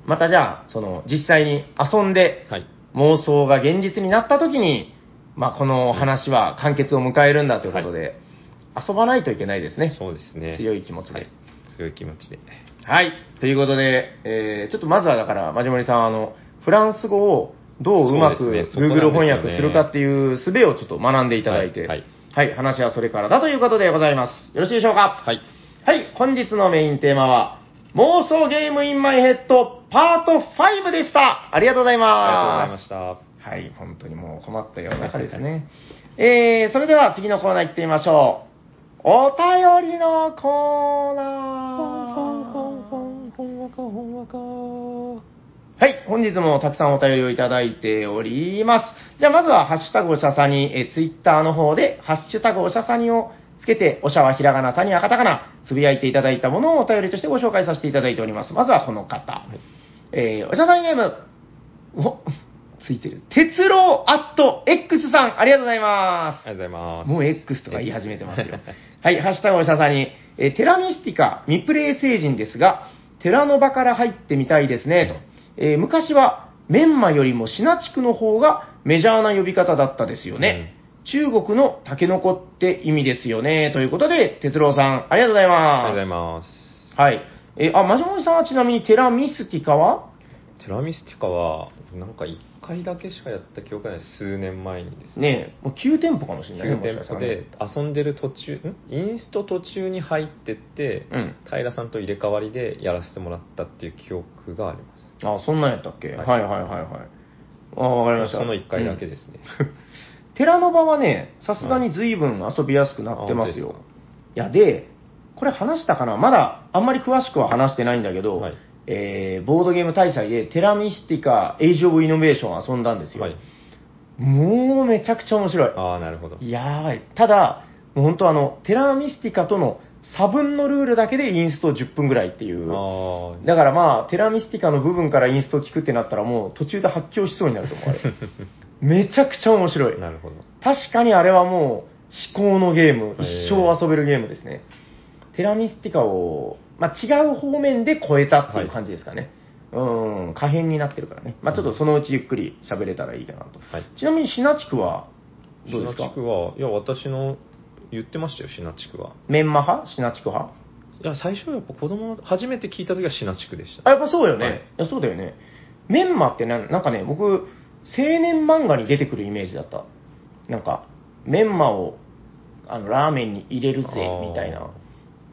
Speaker 2: またじゃあ、その、実際に遊んで、
Speaker 1: はい。
Speaker 2: 妄想が現実になった時に、まあこの話は完結を迎えるんだということで、遊ばないといけないですね。
Speaker 1: そうですね。
Speaker 2: 強い気持ちで
Speaker 1: はい。強い気持ちで。
Speaker 2: はい。ということで、えーちょっとまずはだから、まじもりさん、あの、フランス語をどううまく
Speaker 1: そうですねそ
Speaker 2: Google
Speaker 1: こ
Speaker 2: 翻
Speaker 1: なんですよね
Speaker 2: 訳するかっていう術をちょっと学んでいただいて、
Speaker 1: はい
Speaker 2: はい、話はそれからだということでございます。よろしいでしょうか
Speaker 1: はい。
Speaker 2: はい、本日のメインテーマは、妄想ゲームインマイヘッドパート5でした。ありがとうござい
Speaker 1: あり
Speaker 2: ま
Speaker 1: がとうございました。
Speaker 2: す。はい、本当にもう困った世の中ですね。 えー、それでは次のコーナー行ってみましょう。お便りのコーナー。はい、本日もたくさんお便りをいただいております。じゃあまずは、ハッシュタグおしゃさに、えー、ツイッターの方で、ハッシュタグおしゃさにをつけて、おしゃはひらがな、さにはカタカナ、つぶやいていただいたものをお便りとしてご紹介させていただいております。まずはこの方。えー、おしゃさにゲーム、お、ついてる。鉄郎アット X さん、ありがとうございます
Speaker 1: あ。りがとうございます。
Speaker 2: もう X とか言い 始めてますよ。はい、ハッシュタグおしゃさに、えーテラミスティカ未プレイ成人ですが、寺の場から入ってみたいですね、と。えー昔は、メンマよりもシナチクの方がメジャーな呼び方だったですよね。中国のタケノコって意味ですよね、ということで、哲郎さん、ありがとうござい
Speaker 1: あ
Speaker 2: ま
Speaker 1: りがとうござい
Speaker 2: す。
Speaker 1: ます。
Speaker 2: はい。えーあ、まじもじさんはちなみにテラミスティカは
Speaker 1: テラミスティカは、なんか1回だけしかやった記憶がない数年前にですね。
Speaker 2: ねえ、もう9店舗かもしれないね。
Speaker 1: 旧店舗で遊んでる途中、んインスト途中に入ってって、
Speaker 2: もしかしたらね。
Speaker 1: 平さんと入れ替わりでやらせてもらったっていう記憶があります。
Speaker 2: うん。あ、そんなんやったっけ、は、
Speaker 1: はいい
Speaker 2: はいはいはいはいあ、わかりました。
Speaker 1: その1回だけ
Speaker 2: で。
Speaker 1: ですね。
Speaker 2: 寺の場はね、さすがに随分遊びやすくなってますよ。
Speaker 1: あ
Speaker 2: い
Speaker 1: 本、
Speaker 2: や、で、これ話したかなまだあんまり詳しくは話してないんだけど、
Speaker 1: はい
Speaker 2: えーボードゲーム大祭でテラミスティカ、エイジオブイノベーションを遊んだんですよ。
Speaker 1: はい。
Speaker 2: もうめちゃくちゃ面白い。
Speaker 1: ああ、なるほど。
Speaker 2: やばい。ただ、もう本当あの、テラミスティカとの差分のルールだけでインスト10分ぐらいっていう。
Speaker 1: あ
Speaker 2: だからまあ、テラミスティカの部分からインスト聞くってなったらもう途中で発狂しそうになると思う。あれ めちゃくちゃ面白い
Speaker 1: あ、。なるほど。
Speaker 2: 確かにあれはもう思考のゲーム、
Speaker 1: へー
Speaker 2: 一生遊べるゲームですね。テラミスティカを、まあ、違う方面で超えたっていう感じですかね。うん、可変になってるからね。まあ、ちょっとそのうちゆっくり喋れたらいいかなと。
Speaker 1: はい。
Speaker 2: ちなみにシナ地区はどうです
Speaker 1: シナ
Speaker 2: か
Speaker 1: チクは、いや、私の、言ってましたよ、シナチクは。
Speaker 2: メンマ派シナチク派
Speaker 1: いや、最初はやっぱ子供の、初めて聞いた時はシナチクでした。
Speaker 2: あ、やっぱそうよね。
Speaker 1: はい
Speaker 2: い、や、そうだよね。メンマってなんなんかね、僕、青年漫画に出てくるイメージだった。なんか、メンマをあのラーメンに入れるぜ
Speaker 1: あ、ー
Speaker 2: みたいな。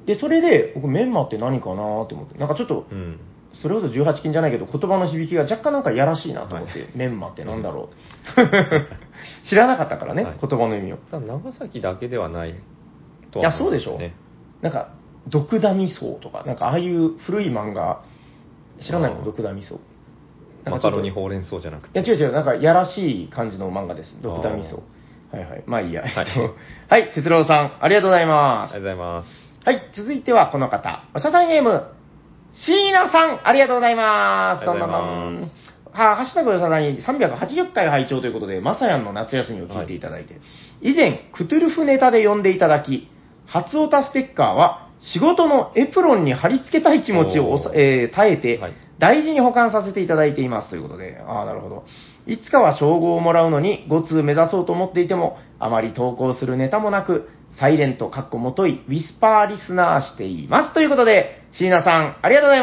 Speaker 2: で、それで、僕、メンマって何かなって思って、なんかちょっと、
Speaker 1: うん。
Speaker 2: それこそ18金じゃないけど、言葉の響きが若干なんかやらしいなと思って、
Speaker 1: は
Speaker 2: メンマってなんだろう。 知らなかったからね、
Speaker 1: はい
Speaker 2: 言葉の意味を。
Speaker 1: ただ長崎だけではないと
Speaker 2: いやそうでしょなんか、毒ダミソウとか、なんかああいう古い漫画、知らない
Speaker 1: あ
Speaker 2: の
Speaker 1: ー
Speaker 2: 毒ダミソウ。な
Speaker 1: マ
Speaker 2: んか
Speaker 1: カ
Speaker 2: ちょっと
Speaker 1: ロニほうれん草じゃなく
Speaker 2: いや、
Speaker 1: て。
Speaker 2: 違う違う、なんか、やらしい感じの漫画です。ドクターミソ。はいはい。まあいいや。
Speaker 1: はい
Speaker 2: えっと はい、哲郎さん、ありがとうござい
Speaker 1: あ
Speaker 2: ま
Speaker 1: りがとう
Speaker 2: す。
Speaker 1: ございます。
Speaker 2: はい、続いてはこの方、おしゃさんゲーム、椎名さん、ありがとうございます。
Speaker 1: ありがとうござい
Speaker 2: どんどんど
Speaker 1: ま
Speaker 2: ん
Speaker 1: す
Speaker 2: はあ、ハッシュタグよささんに380回拝聴ということで、まさやんの夏休みを聞いていただいて、以前、クトゥルフネタで呼んでいただき、初オタステッカーは、仕事のエプロンに貼り付けたい気持ちをおさ
Speaker 1: おー
Speaker 2: えー耐えて、
Speaker 1: はい
Speaker 2: 大事に保管させていただいていますということで、ああ、なるほど。いつかは称号をもらうのに5通目指そうと思っていても、あまり投稿するネタもなく、サイレントかっこもとい、ウィスパーリスナーしています。ということで、椎名さん、ありがとうござい
Speaker 1: あ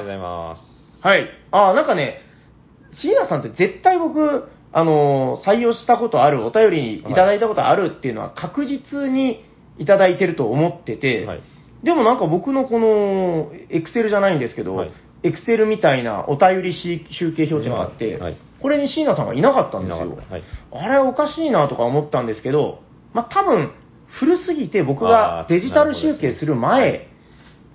Speaker 1: りがとう
Speaker 2: す
Speaker 1: ご。ざいます。
Speaker 2: はい。ああ、なんかね、椎名さんって絶対僕、あのー採用したことある、お便りにいただいたことあるっていうのは確実にいただいてると思ってて、
Speaker 1: はい
Speaker 2: でもなんか僕のこの、エクセルじゃないんですけど
Speaker 1: はい、
Speaker 2: エクセルみたいなお便りし集計表っていうのがあって、
Speaker 1: はい
Speaker 2: これに椎名さんがいなかったんです
Speaker 1: いな
Speaker 2: よ
Speaker 1: かっ。たはい
Speaker 2: あれおかしいなとか思ったんですけど、まあ多分、古すぎて僕が
Speaker 1: あー
Speaker 2: デジタル集計する前、
Speaker 1: なるほどですね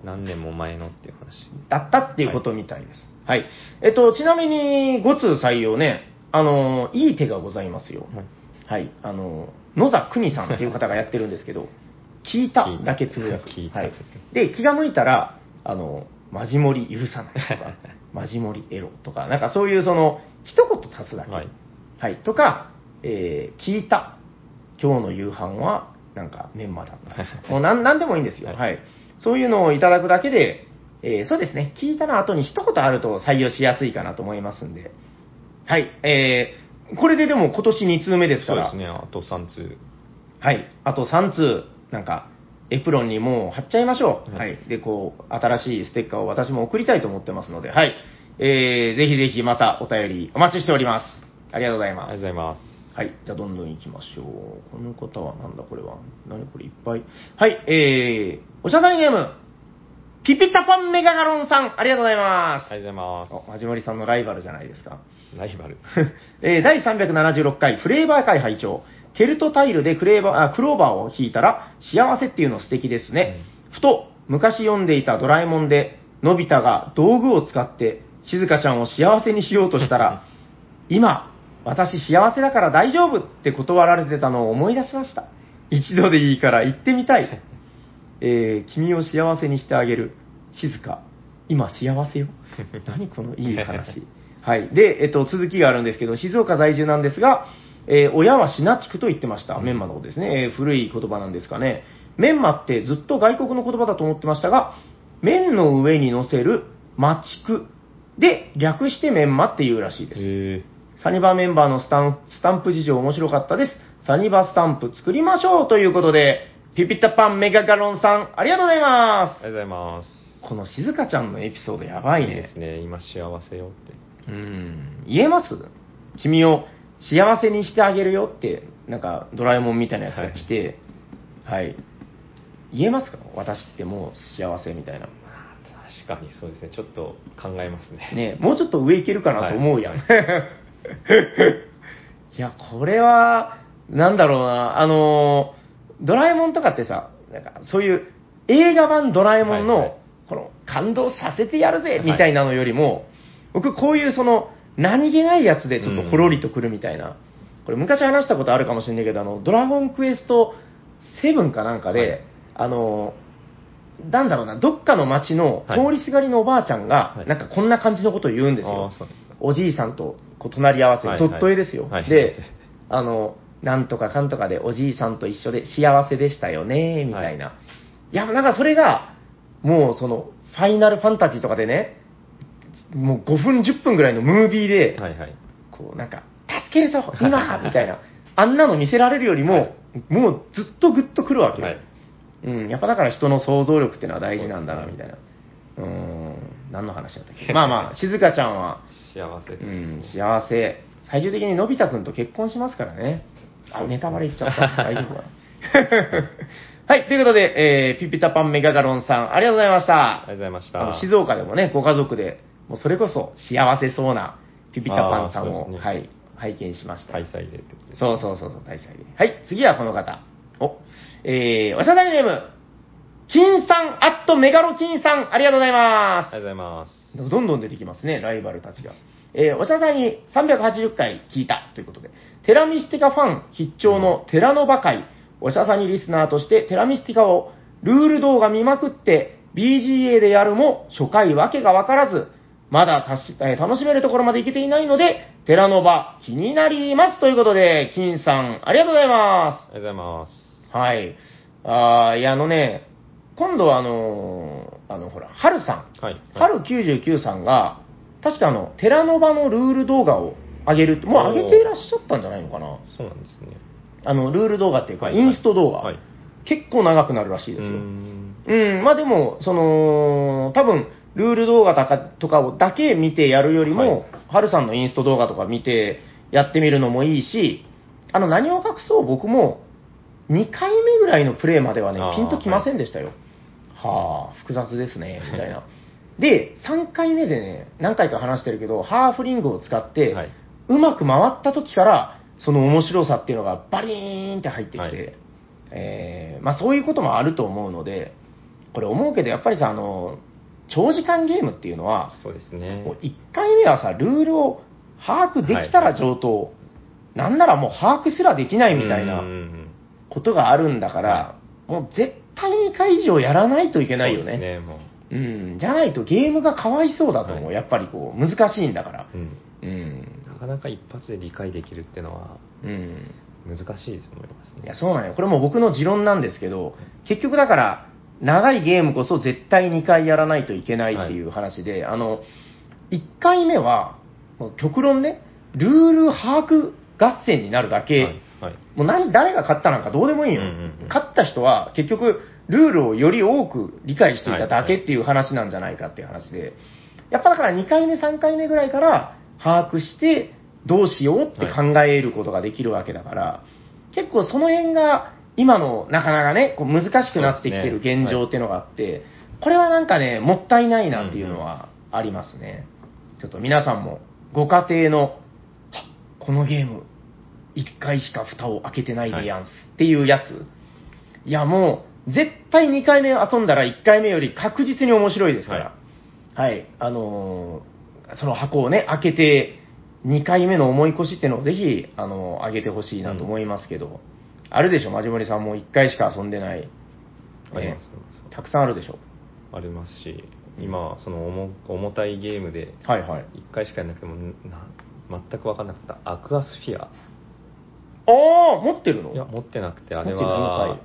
Speaker 1: 何年も前のっていう話。
Speaker 2: だったっていうことみたいです。はい。えっと、ちなみに、5通採用ね、あの、いい手がございますよ。
Speaker 1: はい
Speaker 2: はい。あの、野田邦さんっていう方がやってるんです けど、聞いただけつぶやく。
Speaker 1: 聞いた
Speaker 2: はい。で、気が向いたら、あの、マジモリ許さない とか、マジモリエロとか、なんかそういうその、一言足すだけ。
Speaker 1: はい
Speaker 2: はい。とか、えー聞いた。今日の夕飯は、なんかメンマだ った。もうなんなんでもいいんですよ。は、
Speaker 1: はいい
Speaker 2: そういうのをいただくだけで、えーそうですね。聞いたの後に一言あると採用しやすいかなと思いますんで。はい。えーこれででも今年2通目ですか
Speaker 1: そうで
Speaker 2: ら。
Speaker 1: すね、あと3通。
Speaker 2: はい。あと3通、なんか、エプロンにもう貼っちゃいましょう。は、
Speaker 1: はいい
Speaker 2: で、こう、新しいステッカーを私も送りたいと思ってますので、はい。えー、ぜひぜひまたお便りお待ちしております。ありがとうござい
Speaker 1: ありが
Speaker 2: ま
Speaker 1: とうご。
Speaker 2: す
Speaker 1: ざいます。
Speaker 2: はい。じゃあ、どんどん行きましょう。この方はなんだこれは。何これいっぱい。はい。えー、おしゃさんゲーム、ピピタパンメガガロンさん、ありがとうございま
Speaker 1: ありがとうご
Speaker 2: す。
Speaker 1: ざい
Speaker 2: お、
Speaker 1: ま
Speaker 2: まじもりさんのライバルじゃないですか。
Speaker 1: す。ライバル。
Speaker 2: えー第376回フレーバー会拝聴ケルトタイルでクレーバーあクローバーを弾いたら幸せっていうの素敵ですね、ふと昔読んでいたドラえもんでのび太が道具を使って静香ちゃんを幸せにしようとしたら今私幸せだから大丈夫って断られてたのを思い出しました一度でいいから行ってみたいえー君を幸せにしてあげる。静か。今幸せよ。何このいい話。はい。で、えっと、続きがあるんですけど、静岡在住なんですが、えー親はシナチクと言ってました。メンマのことですね。えー古い言葉なんですかね。メンマってずっと外国の言葉だと思ってましたが、麺の上に乗せるマチクで、略してメンマっていうらしいです。
Speaker 1: へえ
Speaker 2: サニバメンバーのスタンスタンプ事情面白かったです。サニバスタンプ作りましょうということで、ピピタパンメガガロンさん、ありがとうござい
Speaker 1: あ
Speaker 2: ま
Speaker 1: りがとうございます。
Speaker 2: す。この静香ちゃんのエピソードやばい
Speaker 1: いいで
Speaker 2: ね。
Speaker 1: すね。今幸せよって。
Speaker 2: うん。言えます君を幸せにしてあげるよって、なんかドラえもんみたいなやつが来て、はい。言えますか私ってもう幸せみたいな。
Speaker 1: 確かにそうですね。ちょっと考えますね。
Speaker 2: ねもうちょっと上行けるかなと思うやん。い、 や、これは、なんだろうな、あのー、ドラえもんとかってさ、なんかそういう映画版ドラえもんの、
Speaker 1: はいはい
Speaker 2: この感動させてやるぜみたいなのよりも、僕こういうその何気ないやつでちょっとほろりとくるみたいな、これ昔話したことあるかもしれないけど、あの、ドラゴンクエスト7かなんかで、
Speaker 1: はい
Speaker 2: あのー、なんだろうな、どっかの町の通りすがりのおばあちゃんが、
Speaker 1: はい
Speaker 2: なんかこんな感じのことを言うんですよ。
Speaker 1: あーそうですか
Speaker 2: おじいさんとこう隣り合わせ、
Speaker 1: はい
Speaker 2: ドット絵ですよ。
Speaker 1: はい
Speaker 2: で、あの、なんとかかんとかでおじいさんと一緒で幸せでしたよね、みたいな。い、や、なんかそれが、もうその、ファイナルファンタジーとかでね、もう5分、10分ぐらいのムービーで、
Speaker 1: はいはい。
Speaker 2: こうなんか、助けるぞ、 今みたいな、あんなの見せられるよりも、もうずっとグッとくるわけよ、
Speaker 1: はい
Speaker 2: うん、やっぱだから人の想像力っていうのは大事なんだな、みたいな。うーん、何の話だっ たっけまあまあ、静香ちゃんは、
Speaker 1: 幸せってことです
Speaker 2: う
Speaker 1: ね
Speaker 2: ん、幸せ。最終的にのび太くんと結婚しますからね。あ、ネタバレ言っちゃった。大丈夫かな はい、ということで、えー、ピピタパンメガガロンさん、ありがとうございました。
Speaker 1: ありがとうございました。
Speaker 2: あの静岡でもね、ご家族で、もうそれこそ幸せそうなピピタパンさん
Speaker 1: あー
Speaker 2: を、
Speaker 1: そうですね
Speaker 2: はい、拝見しました。
Speaker 1: 開催でってことですね。
Speaker 2: そうそうそうそう、大祭で。はい、次はこの方。お、えー、おしゃべりネーム、金さん、アットメガロ金さん、ありがとうございます
Speaker 1: あ。りがとうございます。
Speaker 2: どんどん出てきますね、ライバルたちが。えーおしゃさんに380回聞いたということで、テラミスティカファン必聴のテラノバ会、おしゃさにリスナーとしてテラミスティカをルール動画見まくって、BGA でやるも初回わけがわからず、まだたし、えー楽しめるところまでいけていないので、テラノバ気になりますということで、金さん、ありがとうございます。
Speaker 1: ありがとうございます。
Speaker 2: はい。あーいや、あのね、今度はあのーあの、ほら、春さん。
Speaker 1: はい。
Speaker 2: 春99さんが、確かあの、テラノバのルール動画を上げるって、もう上げていらっしゃったんじゃないのかな
Speaker 1: そうなんですね。
Speaker 2: あの、ルール動画っていうか、
Speaker 1: はい
Speaker 2: インスト動画、
Speaker 1: はいはい
Speaker 2: 結構長くなるらしいです
Speaker 1: う
Speaker 2: よ。
Speaker 1: ー
Speaker 2: うんまあでも、その、多分、ルール動画とかとかをだけ見てやるより
Speaker 1: はい
Speaker 2: も、春さんのインスト動画とか見てやってみるのもいいし、あの、何を隠そう僕も、2回目ぐらいのプレイまではね
Speaker 1: あー、
Speaker 2: ピンときませんでしたよ。はあ、複雑ですね、みたいな。で、3回目でね、何回か話してるけど、ハーフリングを使って、
Speaker 1: はいう
Speaker 2: まく回った時から、その面白さっていうのがバリーンって入ってきて、
Speaker 1: はい
Speaker 2: えーまあそういうこともあると思うので、これ思うけど、やっぱりさ、あの、長時間ゲームっていうのは、
Speaker 1: そうですね。
Speaker 2: もう1回目はさ、ルールを把握できたら上等、なんならもう把握すらできないみたいな。
Speaker 1: うんうんうん
Speaker 2: ことがあるんだから、もう絶対2回以上やらないといけないよ
Speaker 1: そう
Speaker 2: ね。
Speaker 1: ですね、もう。
Speaker 2: うん、じゃないとゲームがかわいそうだと思う。
Speaker 1: はい
Speaker 2: やっぱりこう、難しいんだから。
Speaker 1: うん。
Speaker 2: うん。
Speaker 1: なかなか一発で理解できるってのは
Speaker 2: うん。
Speaker 1: 難しいと思いますね。
Speaker 2: いや、そうなんよ。これも僕の持論なんですけど、結局だから、長いゲームこそ絶対2回やらないといけないっていう話で、あの、1回目は、もう極論ね、ルール把握合戦になるだけ、
Speaker 1: はい。はい。
Speaker 2: もう何、誰が勝ったなんかどうでもいいよ。
Speaker 1: うんうんうん
Speaker 2: 勝った人は結局、ルールをより多く理解していただけっていう話なんじゃないかっていう話で、やっぱだから2回目、3回目ぐらいから把握して、どうしようって考えることができるわけだから、結構その辺が今のなかなかね、こう難しくなってきてる
Speaker 1: そうですね
Speaker 2: 現状っていうのがあって、これはなんかね、もったいないなっていうのはありますね。ちょっと皆さんもご家庭の、はっこのゲーム、1回しか蓋を開けてないでやんすっていうやつ。いやもう、絶対2回目遊んだら1回目より確実に面白いですから。はい。あのーその箱をね、開けて、2回目の思い越しっていうのをぜひ、あのー上げてほしいなと思いますけど、あるでしょ、マジモリさんも1回しか遊んでな
Speaker 1: あ
Speaker 2: い。
Speaker 1: ります
Speaker 2: ね
Speaker 1: あります
Speaker 2: たくさんあるでしょ。
Speaker 1: ありますし、今、その重重たいゲームで、
Speaker 2: はいはい。
Speaker 1: 一回しかやらなくても、な全く分かんなかった。アクアスフィア。
Speaker 2: ああ、持ってるの
Speaker 1: いや、持ってなくて、あ
Speaker 2: 持って
Speaker 1: れ
Speaker 2: る
Speaker 1: は、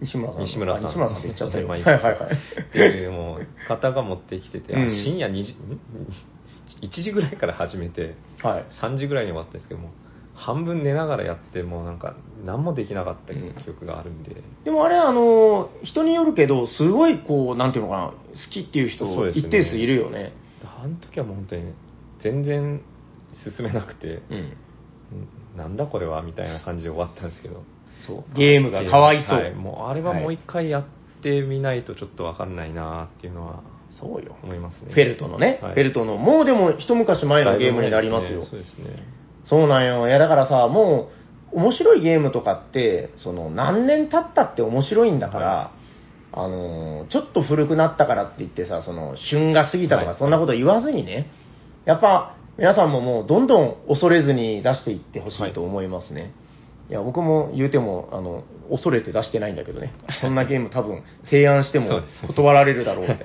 Speaker 2: 西村さん。
Speaker 1: 西村さん。
Speaker 2: あ西村さんって言っちゃったよ。
Speaker 1: まあ
Speaker 2: はい
Speaker 1: い
Speaker 2: は
Speaker 1: で
Speaker 2: い
Speaker 1: す
Speaker 2: はい。
Speaker 1: っていう、もう、方が持ってきてて、あ
Speaker 2: うん
Speaker 1: 深夜2時、ん1時ぐらいから始めて、
Speaker 2: はい。
Speaker 1: 3時ぐらいに終わったんですけども、半分寝ながらやって、もうなんか、何もできなかった記憶があるんで、
Speaker 2: でもあれ、あの、人によるけど、すごいこう、なんていうのかな、好きっていう人
Speaker 1: そう、ですね
Speaker 2: 一定数いるよね。
Speaker 1: あの時はもう本当に、全然進めなくて、
Speaker 2: うん。
Speaker 1: んなんだこれはみたいな感じで終わったんですけど。
Speaker 2: そう。ゲームがかわいそう。
Speaker 1: はもうあれはもう一回やってみないとちょっとわかんないなっていうのは
Speaker 2: そうよ。
Speaker 1: 思いますね。
Speaker 2: フェルトのね、
Speaker 1: はい
Speaker 2: フェルトの、もうでも一昔前のゲームになりますよ。
Speaker 1: だいぶ前ですねそうですね。
Speaker 2: そうなんよ。いや、だからさ、もう、面白いゲームとかって、その、何年経ったって面白いんだから、あのーちょっと古くなったからって言ってさ、その、旬が過ぎたと
Speaker 1: は
Speaker 2: か、
Speaker 1: い
Speaker 2: そんなこと言わずにね、やっぱ、皆さんももう、どんどん恐れずに出していってほしいと思いますね。いや僕も言うてもあの恐れて出してないんだけどね、そんなゲーム、多分提案して
Speaker 1: そう
Speaker 2: も
Speaker 1: です
Speaker 2: 断られ るだろう、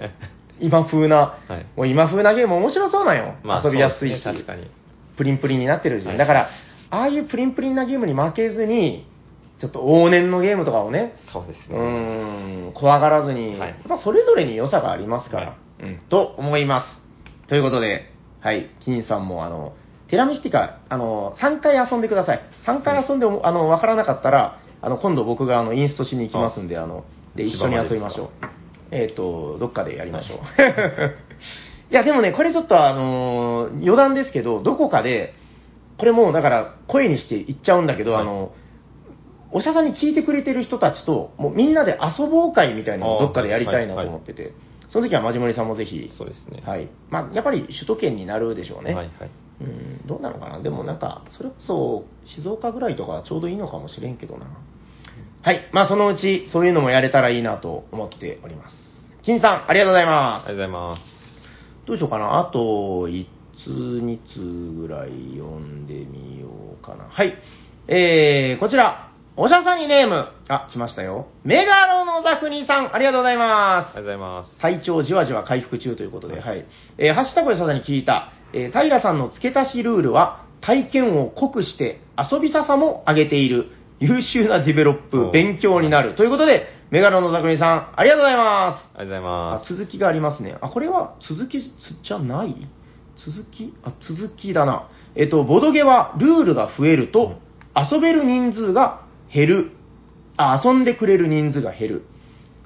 Speaker 2: 今風な、
Speaker 1: はい
Speaker 2: もう今風なゲーム、面白そうなんよ、
Speaker 1: まあ
Speaker 2: 遊びやすいし、
Speaker 1: そうですね確かに。
Speaker 2: プリンプリンになってるじゃ
Speaker 1: は
Speaker 2: ん。
Speaker 1: い
Speaker 2: だから、ああいうプリンプリンなゲームに負けずに、ちょっと往年のゲームとかをね、
Speaker 1: そうです
Speaker 2: う
Speaker 1: ね。
Speaker 2: ーん、怖がらずに、
Speaker 1: はい
Speaker 2: やっぱそれぞれに良さがありますから、
Speaker 1: は
Speaker 2: うん、と思います。ということで、はい、金さんも、あの、テラミスティカ、あの、3回遊んでください。3回遊んでも、あの、わからなかったら、あの、今度僕が、あの、インストしに行きますんで、あの、で、一緒に遊びましょう
Speaker 1: 千葉までです。
Speaker 2: えっ、と、どっかでやりましょう。 いや、でもね、これちょっとあのー余談ですけど、どこかで、これもうだから声にして言っちゃうんだけど、
Speaker 1: はい
Speaker 2: あの、お医者さんに聞いてくれてる人たちと、もうみんなで遊ぼう会みたいなのをどっかでやりたいなと思ってて、その時はまじもりさんもぜひ、
Speaker 1: そうですね。
Speaker 2: はい。まあ、やっぱり首都圏になるでしょうね。
Speaker 1: はいはい。
Speaker 2: うん、どうなのかな、でもなんか、それこそ静岡ぐらいとかちょうどいいのかもしれんけどな。はい、まあそのうちそういうのもやれたらいいなと思っております。金さん、ありがとうござい
Speaker 1: ありがと
Speaker 2: ます
Speaker 1: う。ございます。
Speaker 2: どうしようかな、あと1通、2通ぐらい読んでみようかな。はい、えー、こちら、おしゃさんにネーム、あ、来ましたよ。メガロのザクニさん、ありがとうございます
Speaker 1: ありが。とうございます。
Speaker 2: 体調じわじわ回復中ということで、はい。えーハッシュタグでさらに聞いた、えー平さんの付け足しルールは、体験を濃くして遊びたさも上げている、優秀なディベロッ
Speaker 1: お
Speaker 2: プ、
Speaker 1: う
Speaker 2: 勉強になる。ということで、メガロの匠さん、ありがとうございます。
Speaker 1: ありがとうござい
Speaker 2: あ
Speaker 1: ま、す。
Speaker 2: 続きがありますね。あ、これは続きつじゃない続きあ、続きだな。えっと、ボドゲはルールが増えると、遊べる人数が減る。あ、遊んでくれる人数が減る。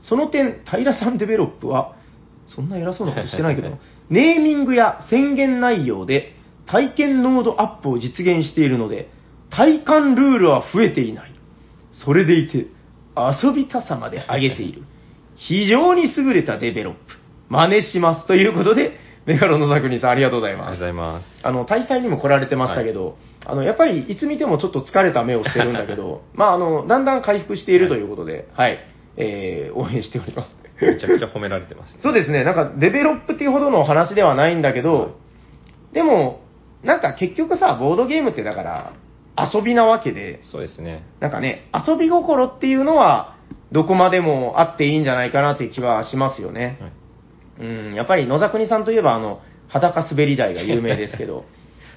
Speaker 2: その点、平さんデベロップは、そんな偉そうなことしてないけど、ネーミングや宣言内容で体験濃度アップを実現しているので、体感ルールは増えていない。それでいて、遊びたさまで上げている。非常に優れたデベロップ。真似します。ということで、メガロの作人さんありがとうござい
Speaker 1: ありがと
Speaker 2: ま
Speaker 1: うご
Speaker 2: す。
Speaker 1: ざいます。
Speaker 2: あの、大祭にも来られてましたけど、あの、やっぱりいつ見てもちょっと疲れた目をしてるんだけ ど、まあ、あの、だんだん回復しているということで、はい、えー応援しております。
Speaker 1: めちゃくちゃ褒められてます、
Speaker 2: そうですね、なんかデベロップっていうほどの話ではないんだけど、でも、なんか結局さ、ボードゲームってだから、遊びなわけで、
Speaker 1: そうですね。
Speaker 2: なんかね、遊び心っていうのは、どこまでもあっていいんじゃないかなっていう気はしますよね。
Speaker 1: はい
Speaker 2: うん、やっぱり野沢国さんといえば、あの、裸滑り台が有名ですけ ど、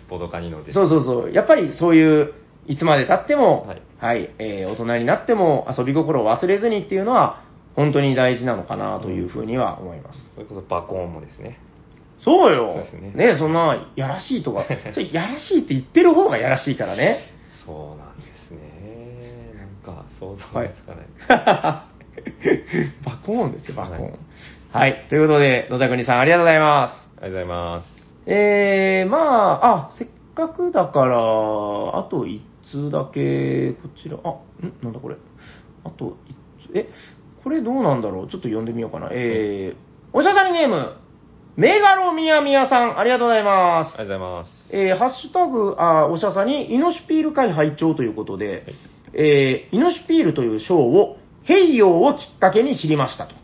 Speaker 1: ボドカニのです。
Speaker 2: そうそうそう、やっぱりそういう、いつまでたっても、
Speaker 1: は
Speaker 2: はいい、えー大人になっても遊び心を忘れずにっていうのは、本当に大事なのかなというふうには思います。
Speaker 1: それこそバコーンもですね。
Speaker 2: そうよ。
Speaker 1: そうですね
Speaker 2: ねそんな、やらしいと か。それやらしいって言ってる方がやらしいからね。
Speaker 1: そうなんですね。なんか想像がつかない。
Speaker 2: バコーンですよ、バコーン。はい。ということで、野田国さん、ありがとうございま
Speaker 1: ありがとうございます。
Speaker 2: す。えー、まあ、あ、せっかくだから、あと1通だけ、こちら、あ、んなんだこれ。あと1通、え、これどうなんだろうちょっと読んでみようかな。えー、おしゃさりネーム、メガロミヤミヤさん、ありがとうございます
Speaker 1: あ。りがとうございます。
Speaker 2: えーハッシュタグ、あーおしゃさに、イノシピール会拝聴ということで、
Speaker 1: い
Speaker 2: えーイノシピールという賞を、ヘイヨーをきっかけに知りましたと。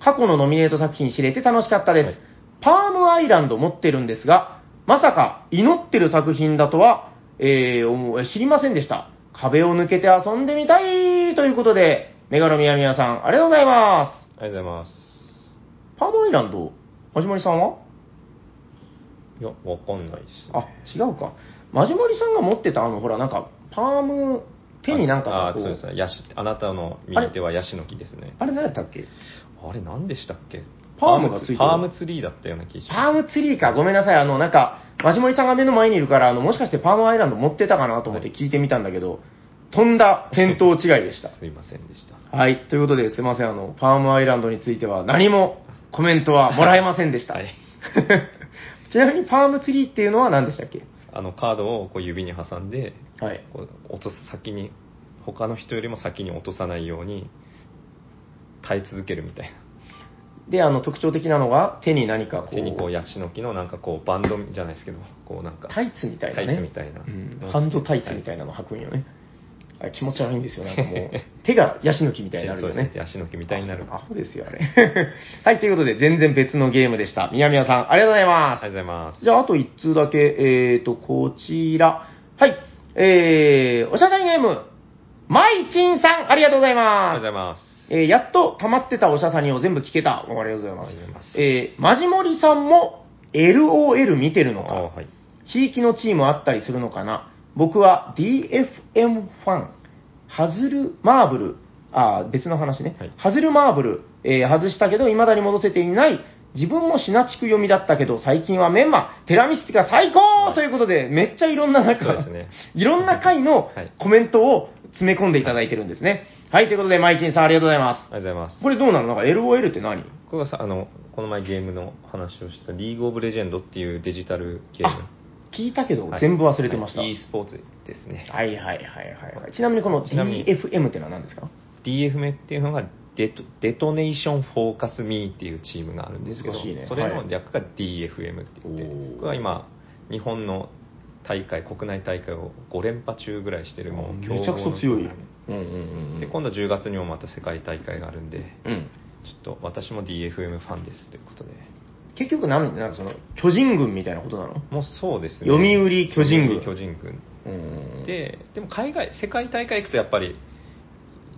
Speaker 2: 過去のノミネート作品知れて楽しかったです。
Speaker 1: はい
Speaker 2: パームアイランド持ってるんですが、まさか祈ってる作品だとは、えー思う知りませんでした。壁を抜けて遊んでみたいということで、メガロミヤミヤさん、ありがとうございます。
Speaker 1: ありがとうございます。
Speaker 2: パームアイランド、はじまりさんはい
Speaker 1: や、わかんないです、ね。
Speaker 2: あ、違うか。マジモリさんが持ってた、あの、ほら、なんか、パーム手になんかさ
Speaker 1: ああ
Speaker 2: こう
Speaker 1: そうですねヤシあなたの右手はヤシの木ですね
Speaker 2: あれ何やったっけ
Speaker 1: あれ何でしたっけ
Speaker 2: パームがついてる
Speaker 1: パームツリーだったような気がし
Speaker 2: パー
Speaker 1: ま
Speaker 2: ムツリーか。ごめんなさい。あの、なんか、マジモリさんが目の前にいるから、あの、もしかしてパームアイランド持ってたかなと思って
Speaker 1: はい
Speaker 2: 聞いてみたんだけど、飛んだ返答違いでした
Speaker 1: す。すいませんでした
Speaker 2: はい。ということで、すいません。あの、パームアイランドについては何もコメントはもらえませんでした。
Speaker 1: はい
Speaker 2: ちなみに、パームツリーっていうのは何でしたっけ
Speaker 1: あのカードをこう指に挟んで
Speaker 2: はい。
Speaker 1: こう落とす先に他の人よりも先に落とさないように耐え続けるみたい
Speaker 2: で、あの、特徴的なのが、手に何か
Speaker 1: な
Speaker 2: こう、
Speaker 1: 手にこうヤシの木のなんかこうバンドじゃないですけどこうなんか
Speaker 2: タイツみたいなね。
Speaker 1: タイツみたいな
Speaker 2: うんハンドタイツみたいなの履くんよね。あれ気持ち悪いんですよ。なんか もう、手がヤシの木みたいになる
Speaker 1: そう
Speaker 2: よ
Speaker 1: です
Speaker 2: ね
Speaker 1: ね。ヤシの木みたいになる
Speaker 2: アホですよ、あれ。 はい、ということで、全然別のゲームでした。南野さん、ありがとうござい
Speaker 1: あり
Speaker 2: ま
Speaker 1: がとう
Speaker 2: す。
Speaker 1: ございます
Speaker 2: じゃあ、あと1通だけ、えーと、こちら。はい、えー、おしゃべりゲーム、まいちんさん、ありがとうござい
Speaker 1: あ
Speaker 2: ま
Speaker 1: りがとうございま
Speaker 2: す。
Speaker 1: す
Speaker 2: えー、やっと溜まってたおしゃさにを全部聞けた。ありがとうございます
Speaker 1: ありがとうございま。す
Speaker 2: えー、まじもりさんも LOL 見てる
Speaker 1: あ
Speaker 2: のか。
Speaker 1: はい
Speaker 2: ひいきのチームあったりするのかな僕は DFM ファン、ハズルマーブル、あー、別の話ね。
Speaker 1: はい
Speaker 2: ハズルマーブル、えー外したけど未だに戻せていない、自分もシナ地区読みだったけど、最近はメンマ、テラミスティカ最高、
Speaker 1: はい
Speaker 2: ということで、めっちゃいろんな中、
Speaker 1: そうですね
Speaker 2: いろんな回の
Speaker 1: はい
Speaker 2: コメントを詰め込んでいただいてるんですね。はい、ということで、マイチンさんありがとうございま
Speaker 1: ありがとうございます
Speaker 2: す。これどうなのなんか LOL って何
Speaker 1: これはさあのこの前ゲームの話をしたリーグオブレジェンドっていうデジタルゲーム
Speaker 2: あ聞いたけど
Speaker 1: は、い
Speaker 2: 全部忘れてました。
Speaker 1: はい e スポーツですね
Speaker 2: はいはいはいはいはい。ちなみにこの
Speaker 1: ちなみに
Speaker 2: DFM ってのは何ですか
Speaker 1: DFM っていうのがデトデトネーション・フォーカス・ミーっていうチームがあるんですけど、
Speaker 2: 難しいね
Speaker 1: それの略が DFM って言って、
Speaker 2: はい
Speaker 1: これは今日本の大会国内大会を5連覇中ぐらいしてるもう
Speaker 2: めちゃくちゃ強い。うんうんうん
Speaker 1: で今度10月にもまた世界大会があるんで
Speaker 2: うん。
Speaker 1: ちょっと私も DFM ファンですということで
Speaker 2: 結局何、なんかその、巨人軍みたいなことなの
Speaker 1: もうそうですね
Speaker 2: 読売巨人軍
Speaker 1: 読売巨人軍
Speaker 2: うん
Speaker 1: ででも海外世界大会行くとやっぱり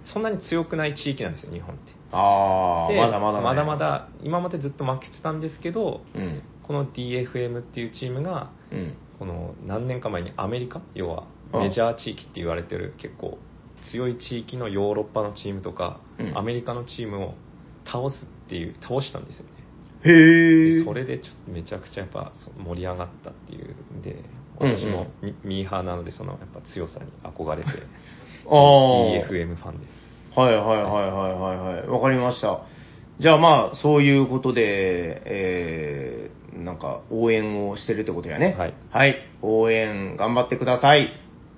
Speaker 1: そんなに強くない地域なんですよ日本って
Speaker 2: ああ、
Speaker 1: で
Speaker 2: まだまだね
Speaker 1: まだま。だ今までずっと負けてたんですけど
Speaker 2: うん。
Speaker 1: この DFM っていうチームが
Speaker 2: うん。
Speaker 1: この何年か前にアメリカ要は
Speaker 2: あ
Speaker 1: メジャー地域って言われてる結構強い地域のヨーロッパのチームとか、
Speaker 2: うん
Speaker 1: アメリカのチームを倒すっていう倒したんですよね
Speaker 2: へ
Speaker 1: で
Speaker 2: え。
Speaker 1: それでちょっとめちゃくちゃやっぱそ盛り上がったっていうんで
Speaker 2: うんうん
Speaker 1: 私もミミーハーなのでそのやっぱ強さに憧れて
Speaker 2: あー
Speaker 1: DFM ファンです
Speaker 2: はいはいはいはいはいはい。わかりました。じゃあまあ、そういうことで、えー、なんか、応援をしてるってことやね。
Speaker 1: はい。
Speaker 2: はい。応援、頑張ってください。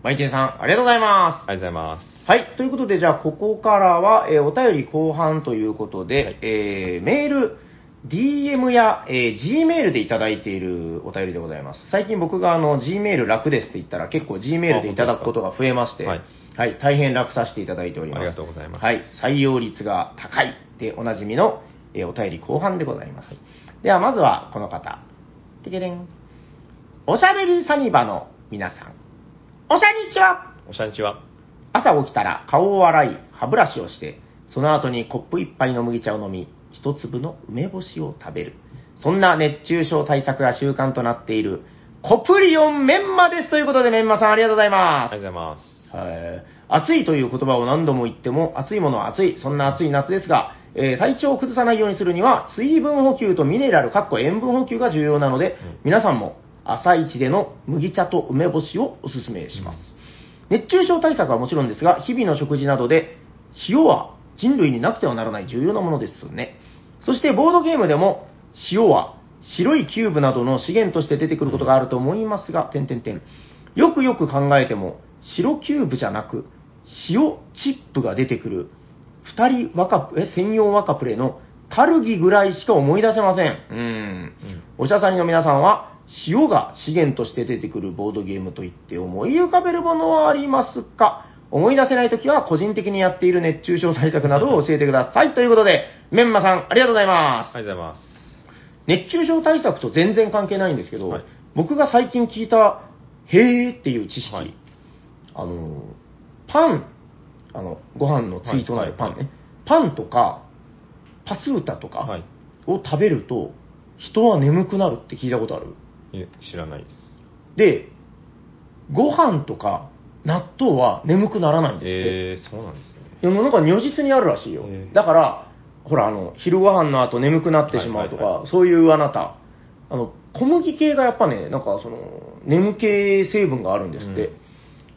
Speaker 2: マイチンさん、ありがとうございます。
Speaker 1: ありがとうございます
Speaker 2: はい。ということで、じゃあ、ここからは、えーお便り後半ということで、
Speaker 1: はい
Speaker 2: えーメール、DM や、えー Gmail でいただいているお便りでございます。最近僕が、あの、Gmail 楽ですって言ったら、結構 Gmail でいただくことが増えまして、
Speaker 1: あ
Speaker 2: は
Speaker 1: 本
Speaker 2: い
Speaker 1: 当で、
Speaker 2: 大変楽させていただいております。
Speaker 1: ありがとうございます
Speaker 2: はい。採用率が高いでおなじみの、えーお便り後半でございます。では、まずは、この方。てけれん。おしゃべりサニバの皆さん。おしゃにちは
Speaker 1: おしゃにちは
Speaker 2: 朝起きたら顔を洗い、歯ブラシをして、その後にコップ一杯の麦茶を飲み、一粒の梅干しを食べる。そんな熱中症対策が習慣となっている、コプリオンメンマですということで、メンマさんありがとうござい
Speaker 1: あ
Speaker 2: ま
Speaker 1: り
Speaker 2: す。
Speaker 1: がとうございます
Speaker 2: はい暑いという言葉を何度も言っても、暑いものは暑い、そんな暑い夏ですが、えー体調を崩さないようにするには、水分補給とミネラル、かっこ塩分補給が重要なので、
Speaker 1: うん
Speaker 2: 皆さんも朝一での麦茶と梅干しをおすすめします。熱中症対策はもちろんですが、日々の食事などで、塩は人類になくてはならない重要なものですね。そしてボードゲームでも、塩は白いキューブなどの資源として出てくることがあると思いますが、点々点。よくよく考えても、白キューブじゃなく、塩チップが出てくる、二人若プ、え、専用若プレのタルギぐらいしか思い出せません。うー
Speaker 1: う
Speaker 2: ん
Speaker 1: ん
Speaker 2: お茶さんの皆さんは、塩が資源として出てくるボードゲームといって思い浮かべるものはありますか思い出せないときは個人的にやっている熱中症対策などを教えてください。ということで、メンマさん、ありがとうございます。
Speaker 1: ありがとうございます
Speaker 2: 熱中症対策と全然関係ないんですけど、
Speaker 1: はい
Speaker 2: 僕が最近聞いた、へーっていう知識、
Speaker 1: はい
Speaker 2: あの、パン、あの、ご飯のツイートなるパンね、
Speaker 1: はいはい
Speaker 2: パンとか、パスータと
Speaker 1: は
Speaker 2: か
Speaker 1: い
Speaker 2: を食べると、人は眠くなるって聞いたことある
Speaker 1: いえ知らないです
Speaker 2: で、ご飯とか納豆は眠くならないんですって。
Speaker 1: えー、そうなんですね。
Speaker 2: 世の中如実にあるらしいよ、
Speaker 1: えー
Speaker 2: だからほらあの昼ご飯の後眠くなってしまうとか、
Speaker 1: はいはいは
Speaker 2: そういうあなたあの小麦系がやっぱねなんかその眠気成分があるんですって、
Speaker 1: う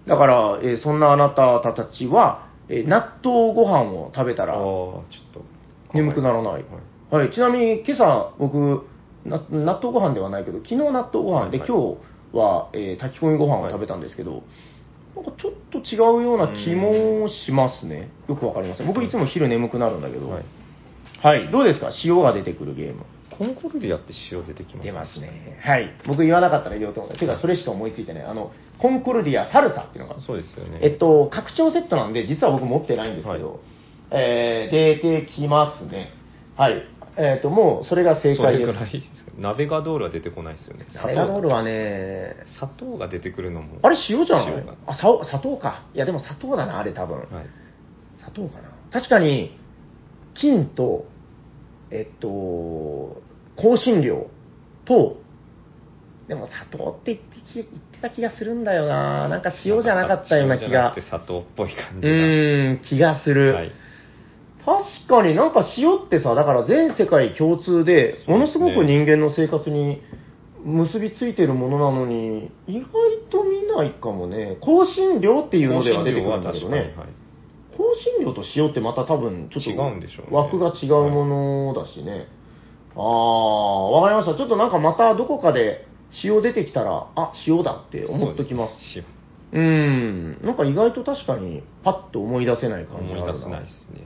Speaker 1: ん
Speaker 2: だから、えーそんなあなたたちは、えー納豆ご飯を食べた
Speaker 1: ああー、
Speaker 2: ら
Speaker 1: ちょっと。
Speaker 2: 眠くならない、はいちなみに今朝僕な納豆ご飯ではないけど昨日納豆ご飯で、
Speaker 1: はいはい
Speaker 2: 今日は、えー炊き込みご飯を食べたんですけど、なんかちょっと違うような気もしますねよくわかりません僕いつも昼眠くなるんだけどは
Speaker 1: はいい、
Speaker 2: どうですか塩が出てくるゲーム
Speaker 1: コンコルディアって塩出てきます
Speaker 2: 出ますねはい僕言わなかったら言おうと思ったていうかそれしか思いついてないあのコンコルディアサルサっていうのが
Speaker 1: そうですよね。
Speaker 2: えっと、拡張セットなんで、実は僕持ってないんですけど、
Speaker 1: はい
Speaker 2: えー出てきますね。はい。えっと、もうそれが正解で
Speaker 1: それぐらい
Speaker 2: す。
Speaker 1: ですか。ナベガドールは出てこないですよね。
Speaker 2: サレガドールはね、
Speaker 1: 砂糖が出てくるのも。
Speaker 2: あれ塩じゃない
Speaker 1: 塩が
Speaker 2: あ、さ砂糖か。いや、でも砂糖だな、あれ多分。
Speaker 1: はい。
Speaker 2: 砂糖かな。確かに、金と、えっと、香辛料と、でも砂糖って言ってき言ってた気がするんだよな。なんか塩じゃなかったような気が
Speaker 1: 塩。じゃなくて砂糖っぽい感
Speaker 2: う
Speaker 1: じが。
Speaker 2: ーん、気がする。
Speaker 1: はい。
Speaker 2: 確かになんか塩ってさ、だから全世界共
Speaker 1: そ
Speaker 2: 通で、
Speaker 1: うですね
Speaker 2: ものすごく人間の生活に結びついてるものなのに、意外と見ないかもね。香辛料っていうのでは出てくるんだけどね
Speaker 1: 香辛料は確。かにはい
Speaker 2: 香辛料と塩ってまた多分ちょっと
Speaker 1: 違うんでしょうね
Speaker 2: 枠が違うものだしね。ああ、わかりました。ちょっとなんかまたどこかで塩出てきたら、あ、塩だって思っときます。
Speaker 1: そうでね
Speaker 2: うーん。なんか意外と確かにパッと思い出せない
Speaker 1: 塩
Speaker 2: 感じがあ
Speaker 1: 思
Speaker 2: る
Speaker 1: い出せないですね。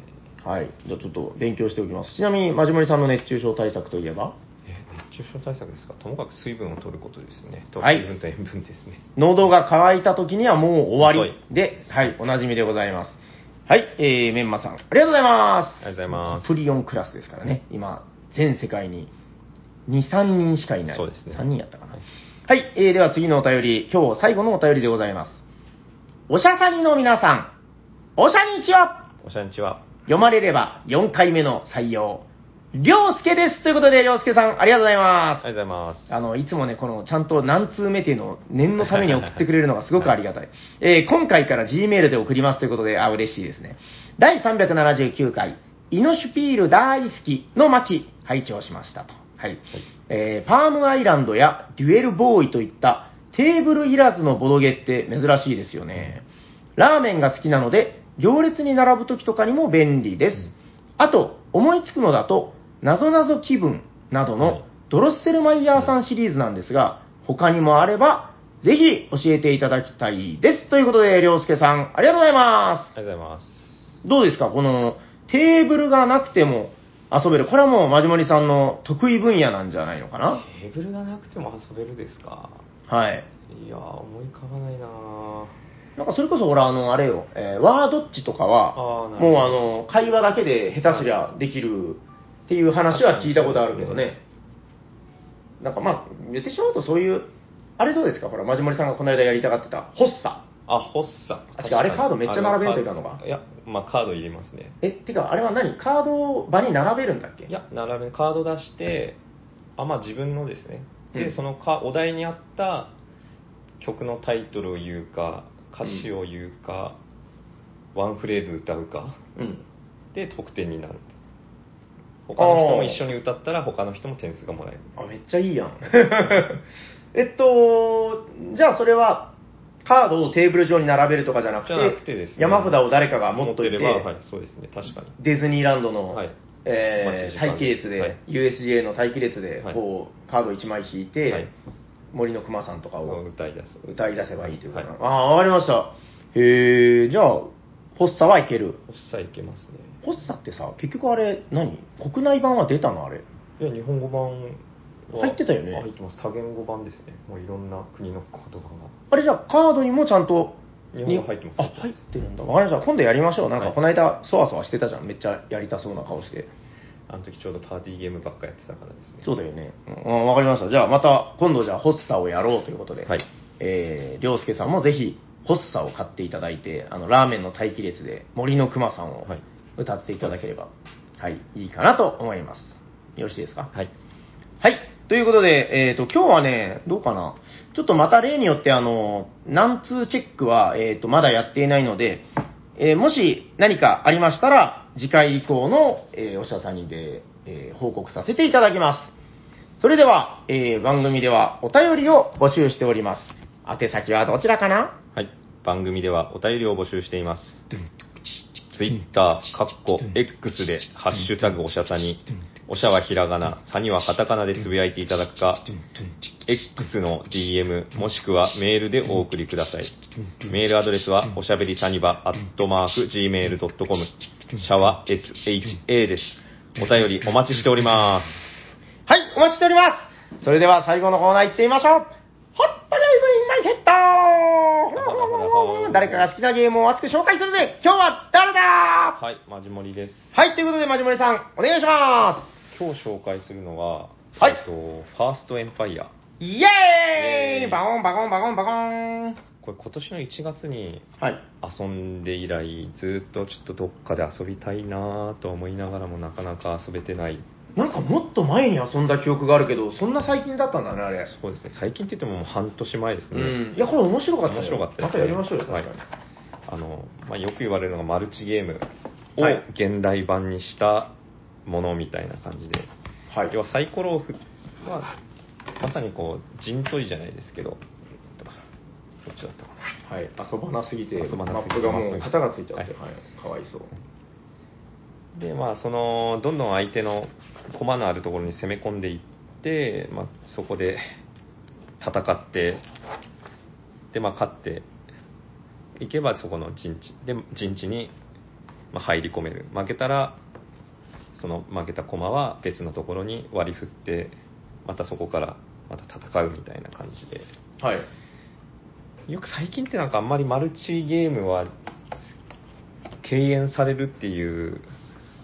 Speaker 2: はい。じゃあちょっと勉強しておきます。ちなみに、まじもりさんの熱中症対策といえば、
Speaker 1: え熱中症対策ですかともかく水分を取ることですね。と
Speaker 2: はい
Speaker 1: 水分と塩分ですね。
Speaker 2: 喉が渇いた時にはもう終
Speaker 1: 遅
Speaker 2: わりで、はい、おなじみでございます。はい、えー、メンマさん、ありがとうございま
Speaker 1: あ
Speaker 2: す。
Speaker 1: りがとうございます。
Speaker 2: プリオンクラスですからね、今、全世界に2、3人しかいない。
Speaker 1: そうですね
Speaker 2: 3人やったかな。はい、えー、では次のお便り、今日最後のお便りでございます。おしゃさぎの皆さん、おしゃにちは
Speaker 1: おしゃんちは。
Speaker 2: 読まれれば4回目の採用、りょうすけですということで、りょうすけさん、ありがとうございます
Speaker 1: あ。りがとうございます。
Speaker 2: あの、いつもね、この、ちゃんと何通目っていうのを念のために送ってくれるのがすごくありがたい。えー今回から G メールで送りますということで、あ、嬉しいですね。第379回、イノシュピール大好きの巻、拝聴しましたと。はい。えーパームアイランドやデュエルボーイといったテーブルいらずのボドゲって珍しいですよね。ラーメンが好きなので、行列に並ぶ時とかにも便利です。あと、思いつくのだと、なぞなぞ気分など
Speaker 1: はい
Speaker 2: のドロッセルマイヤーさんシリーズなんですが、他にもあれば、ぜひ教えていただきたいです。ということで、りょうすけさん、ありがとうございま
Speaker 1: ありがとうございます。
Speaker 2: す。どうですかこの、テーブルがなくても遊べる。これはもう、まじもりさんの得意分野なんじゃないのかな
Speaker 1: テーブルがなくても遊べるですか
Speaker 2: はい。
Speaker 1: いやー、思い浮かばないなー
Speaker 2: なんかそれこそ俺あのあれよ、えーワードッチとかは
Speaker 1: あーなるほど
Speaker 2: もうあの会話だけで下手すりゃできるっていう話は聞いたことあるけどねなんかまあ言ってしまうとそういうあれどうですかほらまじもりさんがこの間やりたがってたホッサ
Speaker 1: あ、ホッサ。
Speaker 2: あ違うあれカードめっちゃ並べんといかんのか
Speaker 1: あれカードいや、まあカード入れますね。
Speaker 2: えってかあれは何カード場に並べるんだっけ
Speaker 1: いや、並べ、カード出して、あ、まあ自分のですね。で、
Speaker 2: うん
Speaker 1: そのかお題に合った曲のタイトルを言うか、歌詞を言うか、ワンフレーズ歌うか、
Speaker 2: うん
Speaker 1: で、得点になる。他の人も一緒に歌ったら、他の人も点数がもらえる。
Speaker 2: あめっちゃいいやん えっとじゃあそれはカードをテーブル上に並べるとかじゃなく
Speaker 1: じ
Speaker 2: て
Speaker 1: ゃなくてですね
Speaker 2: 山札を誰かが持っといて
Speaker 1: 持れば、はい、そうですね、確かに。
Speaker 2: ディズニーランドの、
Speaker 1: はい
Speaker 2: えー
Speaker 1: 待
Speaker 2: 待
Speaker 1: ち時間
Speaker 2: 機列で、
Speaker 1: はい
Speaker 2: USJ の待機列で、
Speaker 1: はい
Speaker 2: こうカード1枚引いて、
Speaker 1: はい
Speaker 2: 森の熊さんとかを
Speaker 1: 歌い出す。
Speaker 2: 歌い出せばいいということな、
Speaker 1: はい
Speaker 2: ああわかりましたへえじゃあホッサはいける
Speaker 1: ホッサいけますね。
Speaker 2: ホッサってさ結局あれ何国内版は出たのあれ
Speaker 1: いや、日本語版は
Speaker 2: 入ってたよね
Speaker 1: あ入ってます。多言語版ですね。もういろんな国の言葉が。
Speaker 2: あれじゃあカードにもちゃんと
Speaker 1: 日本語入ってます
Speaker 2: あ入ってるんだわかりました今度やりましょうなんか
Speaker 1: はい
Speaker 2: この間そわそわしてたじゃんめっちゃやりたそうな顔して
Speaker 1: あの時ちょうどパーティーゲームばっかやってたからですね。
Speaker 2: そうだよね。うん、わかりました。じゃあまた、今度じゃあ、ホッサをやろうということで、
Speaker 1: はい
Speaker 2: えー、りょうすけさんもぜひ、ホッサを買っていただいて、あの、ラーメンの待機列で、森の熊さんを
Speaker 1: はい
Speaker 2: 歌っていただければ、はい、いいかなと思います。よろしいですか
Speaker 1: はい。
Speaker 2: はい。ということで、えっ、と、今日はね、どうかな。ちょっとまた例によって、あの、何通チェックは、えっ、と、まだやっていないので、えーもし何かありましたら、次回以降の、えーおしゃさにで、えー報告させていただきます。それでは、えー番組ではお便りを募集しております。宛先はどちらかな
Speaker 1: はい。番組ではお便りを募集しています。ツイッター、カッコ、X で、ハッシュタグおしゃさに、おしゃはひらがな、さにはカタカナでつぶやいていただくか、X の DM、もしくはメールでお送りください。メールアドレスは、おしゃべりさにば、アットマーク、gmail.com、シャワ、sha です。お便りお待ちしております。
Speaker 2: はい、お待ちしております。それでは最後のコーナー行ってみましょう。ホットゲームインマイヘッド
Speaker 1: ほらほらほら
Speaker 2: 誰かが好きなゲームを熱く紹介するぜ今日は誰だ
Speaker 1: はい、マジモリです。
Speaker 2: はい、ということで、まじもりさん、お願いしま
Speaker 1: 今日紹介するのは、
Speaker 2: はい
Speaker 1: えっと、ファーストエンパイア。
Speaker 2: すイエーイ
Speaker 1: イエーイ
Speaker 2: バコンバコンバコンバコン
Speaker 1: これ今年の1月に
Speaker 2: はい。
Speaker 1: 遊んで以来、ずっとちょっとどっかで遊びたいなぁと思いながらもなかなか遊べてない。
Speaker 2: なんかもっと前に遊んだ記憶があるけど、そんな最近だったんだね、あれ。
Speaker 1: そうですね、最近って言ってももう半年前です
Speaker 2: う
Speaker 1: ね。
Speaker 2: ん。いや、これ面白かったよ
Speaker 1: 面白かったですね
Speaker 2: またやりましょうよ、
Speaker 1: はい
Speaker 2: 確か
Speaker 1: あの、まあ、よく言われるのがマルチゲームを
Speaker 2: はい
Speaker 1: 現代版にしたものみたいな感じで。
Speaker 2: にはい。
Speaker 1: 要はサイコロを振まあ、まさにこう、陣取りじゃないですけど、えっとどっちだったかな。
Speaker 2: はい、遊ばなすぎて、
Speaker 1: 遊ばな
Speaker 2: マ
Speaker 1: す
Speaker 2: ッ
Speaker 1: ぎて
Speaker 2: プがもう型がついちゃって、
Speaker 1: は
Speaker 2: はい、かわいそう。
Speaker 1: でまあそのどんどん相手の駒のあるところに攻め込んでいって、まあ、そこで 戦ってでまあ勝っていけばそこの陣地で陣地にまあ入り込める負けたらその負けた駒は別のところに割り振ってまたそこからまた戦うみたいな感じで
Speaker 2: はい。
Speaker 1: よく最近ってなんかあんまりマルチゲームは敬遠されるっていう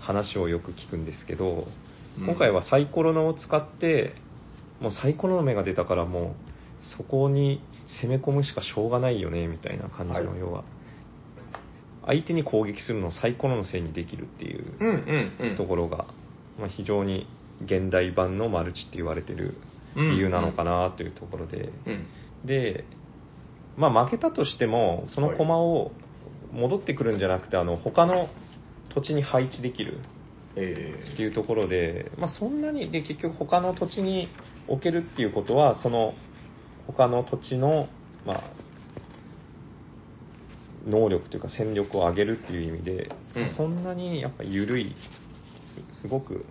Speaker 1: 話をよく聞くんですけど、
Speaker 2: うん
Speaker 1: 今回はサイコロのを使ってもうサイコロの目が出たからもうそこに攻め込むしかしょうがないよねみたいな感じの、
Speaker 2: はい
Speaker 1: 要は相手に攻撃するのをサイコロのせいにできるってい
Speaker 2: うん
Speaker 1: う
Speaker 2: うんうん。
Speaker 1: ところが、まあ、非常に現代版のマルチって言われてる
Speaker 2: うん
Speaker 1: 理由なのかなというところで。
Speaker 2: うん。
Speaker 1: で、まあ、負けたとしてもその駒を戻ってくるんじゃなくてあの他の土地に配置できる
Speaker 2: え
Speaker 1: っていうところで、まあ、そんなにで結局他の土地に置けるっていうことはその他の土地の、まあ、能力というか戦力を上げるっていう意味で、
Speaker 2: うん
Speaker 1: そんなにやっぱ緩いすすごく、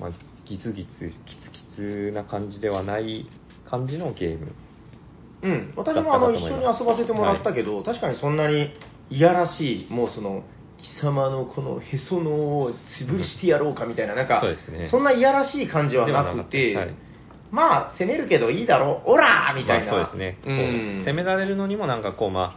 Speaker 1: まあ、ギツギツキツキツな感じではない感じのゲーム。
Speaker 2: ーうん。私もあの、一緒に遊ばせてもらったけど、確かにそんなにいやらしい、もうその、貴様のこのへその緒を潰してやろうかみたいな、なんか、
Speaker 1: そうですね
Speaker 2: そんないやらしい感じはなくて、
Speaker 1: ではなかったはい
Speaker 2: まあ、攻めるけどいいだろう、オラーみたいな。
Speaker 1: まあそうですね、こう
Speaker 2: うん。
Speaker 1: 攻められるのにもなんかこうまあ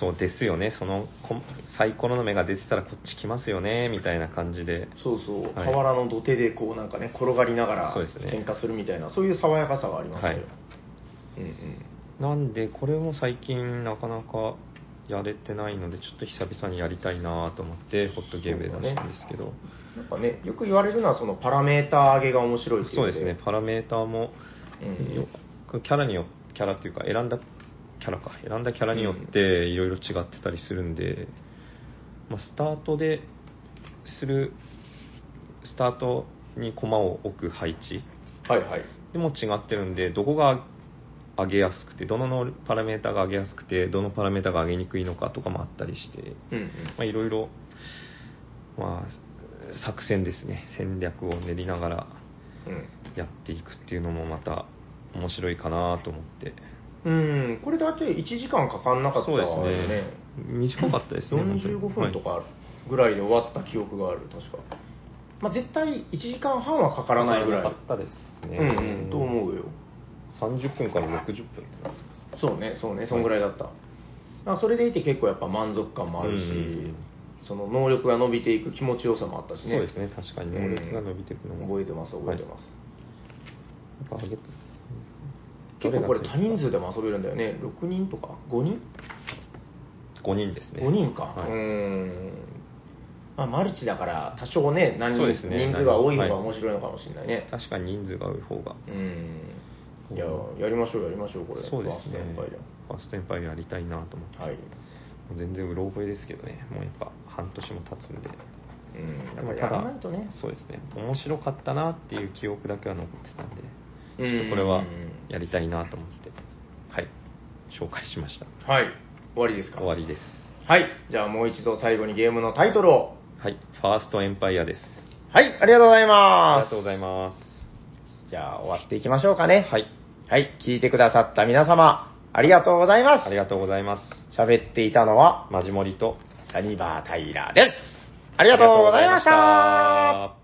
Speaker 1: そうですよねそのこサイコロの目が出てたらこっち来ますよねみたいな感じで
Speaker 2: そうそう、
Speaker 1: はい
Speaker 2: 河原の土手でこうなんかね、転がりながら
Speaker 1: そうですね
Speaker 2: 喧嘩するみたいな、そういう爽やかさがありますよ。
Speaker 1: はい
Speaker 2: うんうん。
Speaker 1: なんでこれも最近なかなかやれてないのでちょっと久々にやりたいなと思ってホットゲームで出したんですけど、
Speaker 2: なんかね、よく言われるのは、そのパラメーター上げが面白いってい
Speaker 1: そう
Speaker 2: の
Speaker 1: ですね。パラメーターも
Speaker 2: うん
Speaker 1: よくキャラによキャラっていうか選んだキャラか選んだキャラによっていろいろ違ってたりするんで、まあ、スタートでするスタートに駒を置く配置
Speaker 2: はいはい。
Speaker 1: でも違ってるんでどこが上げやすくてどののパラメータが上げやすくてどのパラメータが上げにくいのかとかもあったりして
Speaker 2: うんうん。
Speaker 1: まあいろいろまあ作戦ですね戦略を練りながら
Speaker 2: うん
Speaker 1: やっていくっていうのもまた面白いかなと思って
Speaker 2: うん、これだって1時間かかんなかった
Speaker 1: そう
Speaker 2: わ
Speaker 1: ですね短かったですね本当に
Speaker 2: 45分とかぐらいで終わった記憶がある、確か。まあ、絶対1時間半はかからないぐらい。
Speaker 1: かかったですね
Speaker 2: うんうん、と思うよ。
Speaker 1: 30分から60分ってなってます
Speaker 2: そうね、そうね、そんぐらいだった。あそれでいて結構やっぱ満足感もあるし、
Speaker 1: うん
Speaker 2: その能力が伸びていく気持ちよさもあったしね。
Speaker 1: そうですね確かに能力が伸びていくのも
Speaker 2: 覚えてます、覚えてます。
Speaker 1: なんか上げて
Speaker 2: 結構これ多人数
Speaker 1: で
Speaker 2: でも遊べるんだよね。6人とか ?5 人
Speaker 1: 5人ですね
Speaker 2: 5人か、
Speaker 1: はいう
Speaker 2: ーんまあ、マルチだから、多少ね、何
Speaker 1: そう
Speaker 2: 人
Speaker 1: ですね
Speaker 2: 人数が多い方
Speaker 1: はい
Speaker 2: が面白いのかもしれないね。
Speaker 1: 確かに人数が多い方が。
Speaker 2: うん。いや、やりましょう、やりましょう、これ。
Speaker 1: そうですね
Speaker 2: ワーストエンパイ。
Speaker 1: ファーストエンパイアやりたいなと思って。
Speaker 2: アはい。
Speaker 1: もう全然うろ覚えですけどね。もうやっぱ半年も経つんで。
Speaker 2: うん。
Speaker 1: で
Speaker 2: やっぱ
Speaker 1: も
Speaker 2: や
Speaker 1: た
Speaker 2: ら
Speaker 1: だ
Speaker 2: ないとね。
Speaker 1: そうですね。面白かったなっていう記憶だけは残ってたんで、
Speaker 2: う
Speaker 1: ちょっとこれは
Speaker 2: ん
Speaker 1: やりたいなと思って、はい、紹介しました。
Speaker 2: はい。終わりですか
Speaker 1: 終わりです。
Speaker 2: はい。じゃあもう一度最後にゲームのタイトルを。
Speaker 1: はい、ファーストエンパイアです。
Speaker 2: はい。ありがとうござい
Speaker 1: あ
Speaker 2: ます。
Speaker 1: りがとうございます。
Speaker 2: す。じゃあ終わっていきましょうかね。
Speaker 1: はい、
Speaker 2: はい。聞いてくださった皆様、ありがとうございます。
Speaker 1: ありがとうございます。
Speaker 2: 喋っていたのは、
Speaker 1: マジモリと、
Speaker 2: サニバー・タイラーです。ありがとうございました。
Speaker 1: た。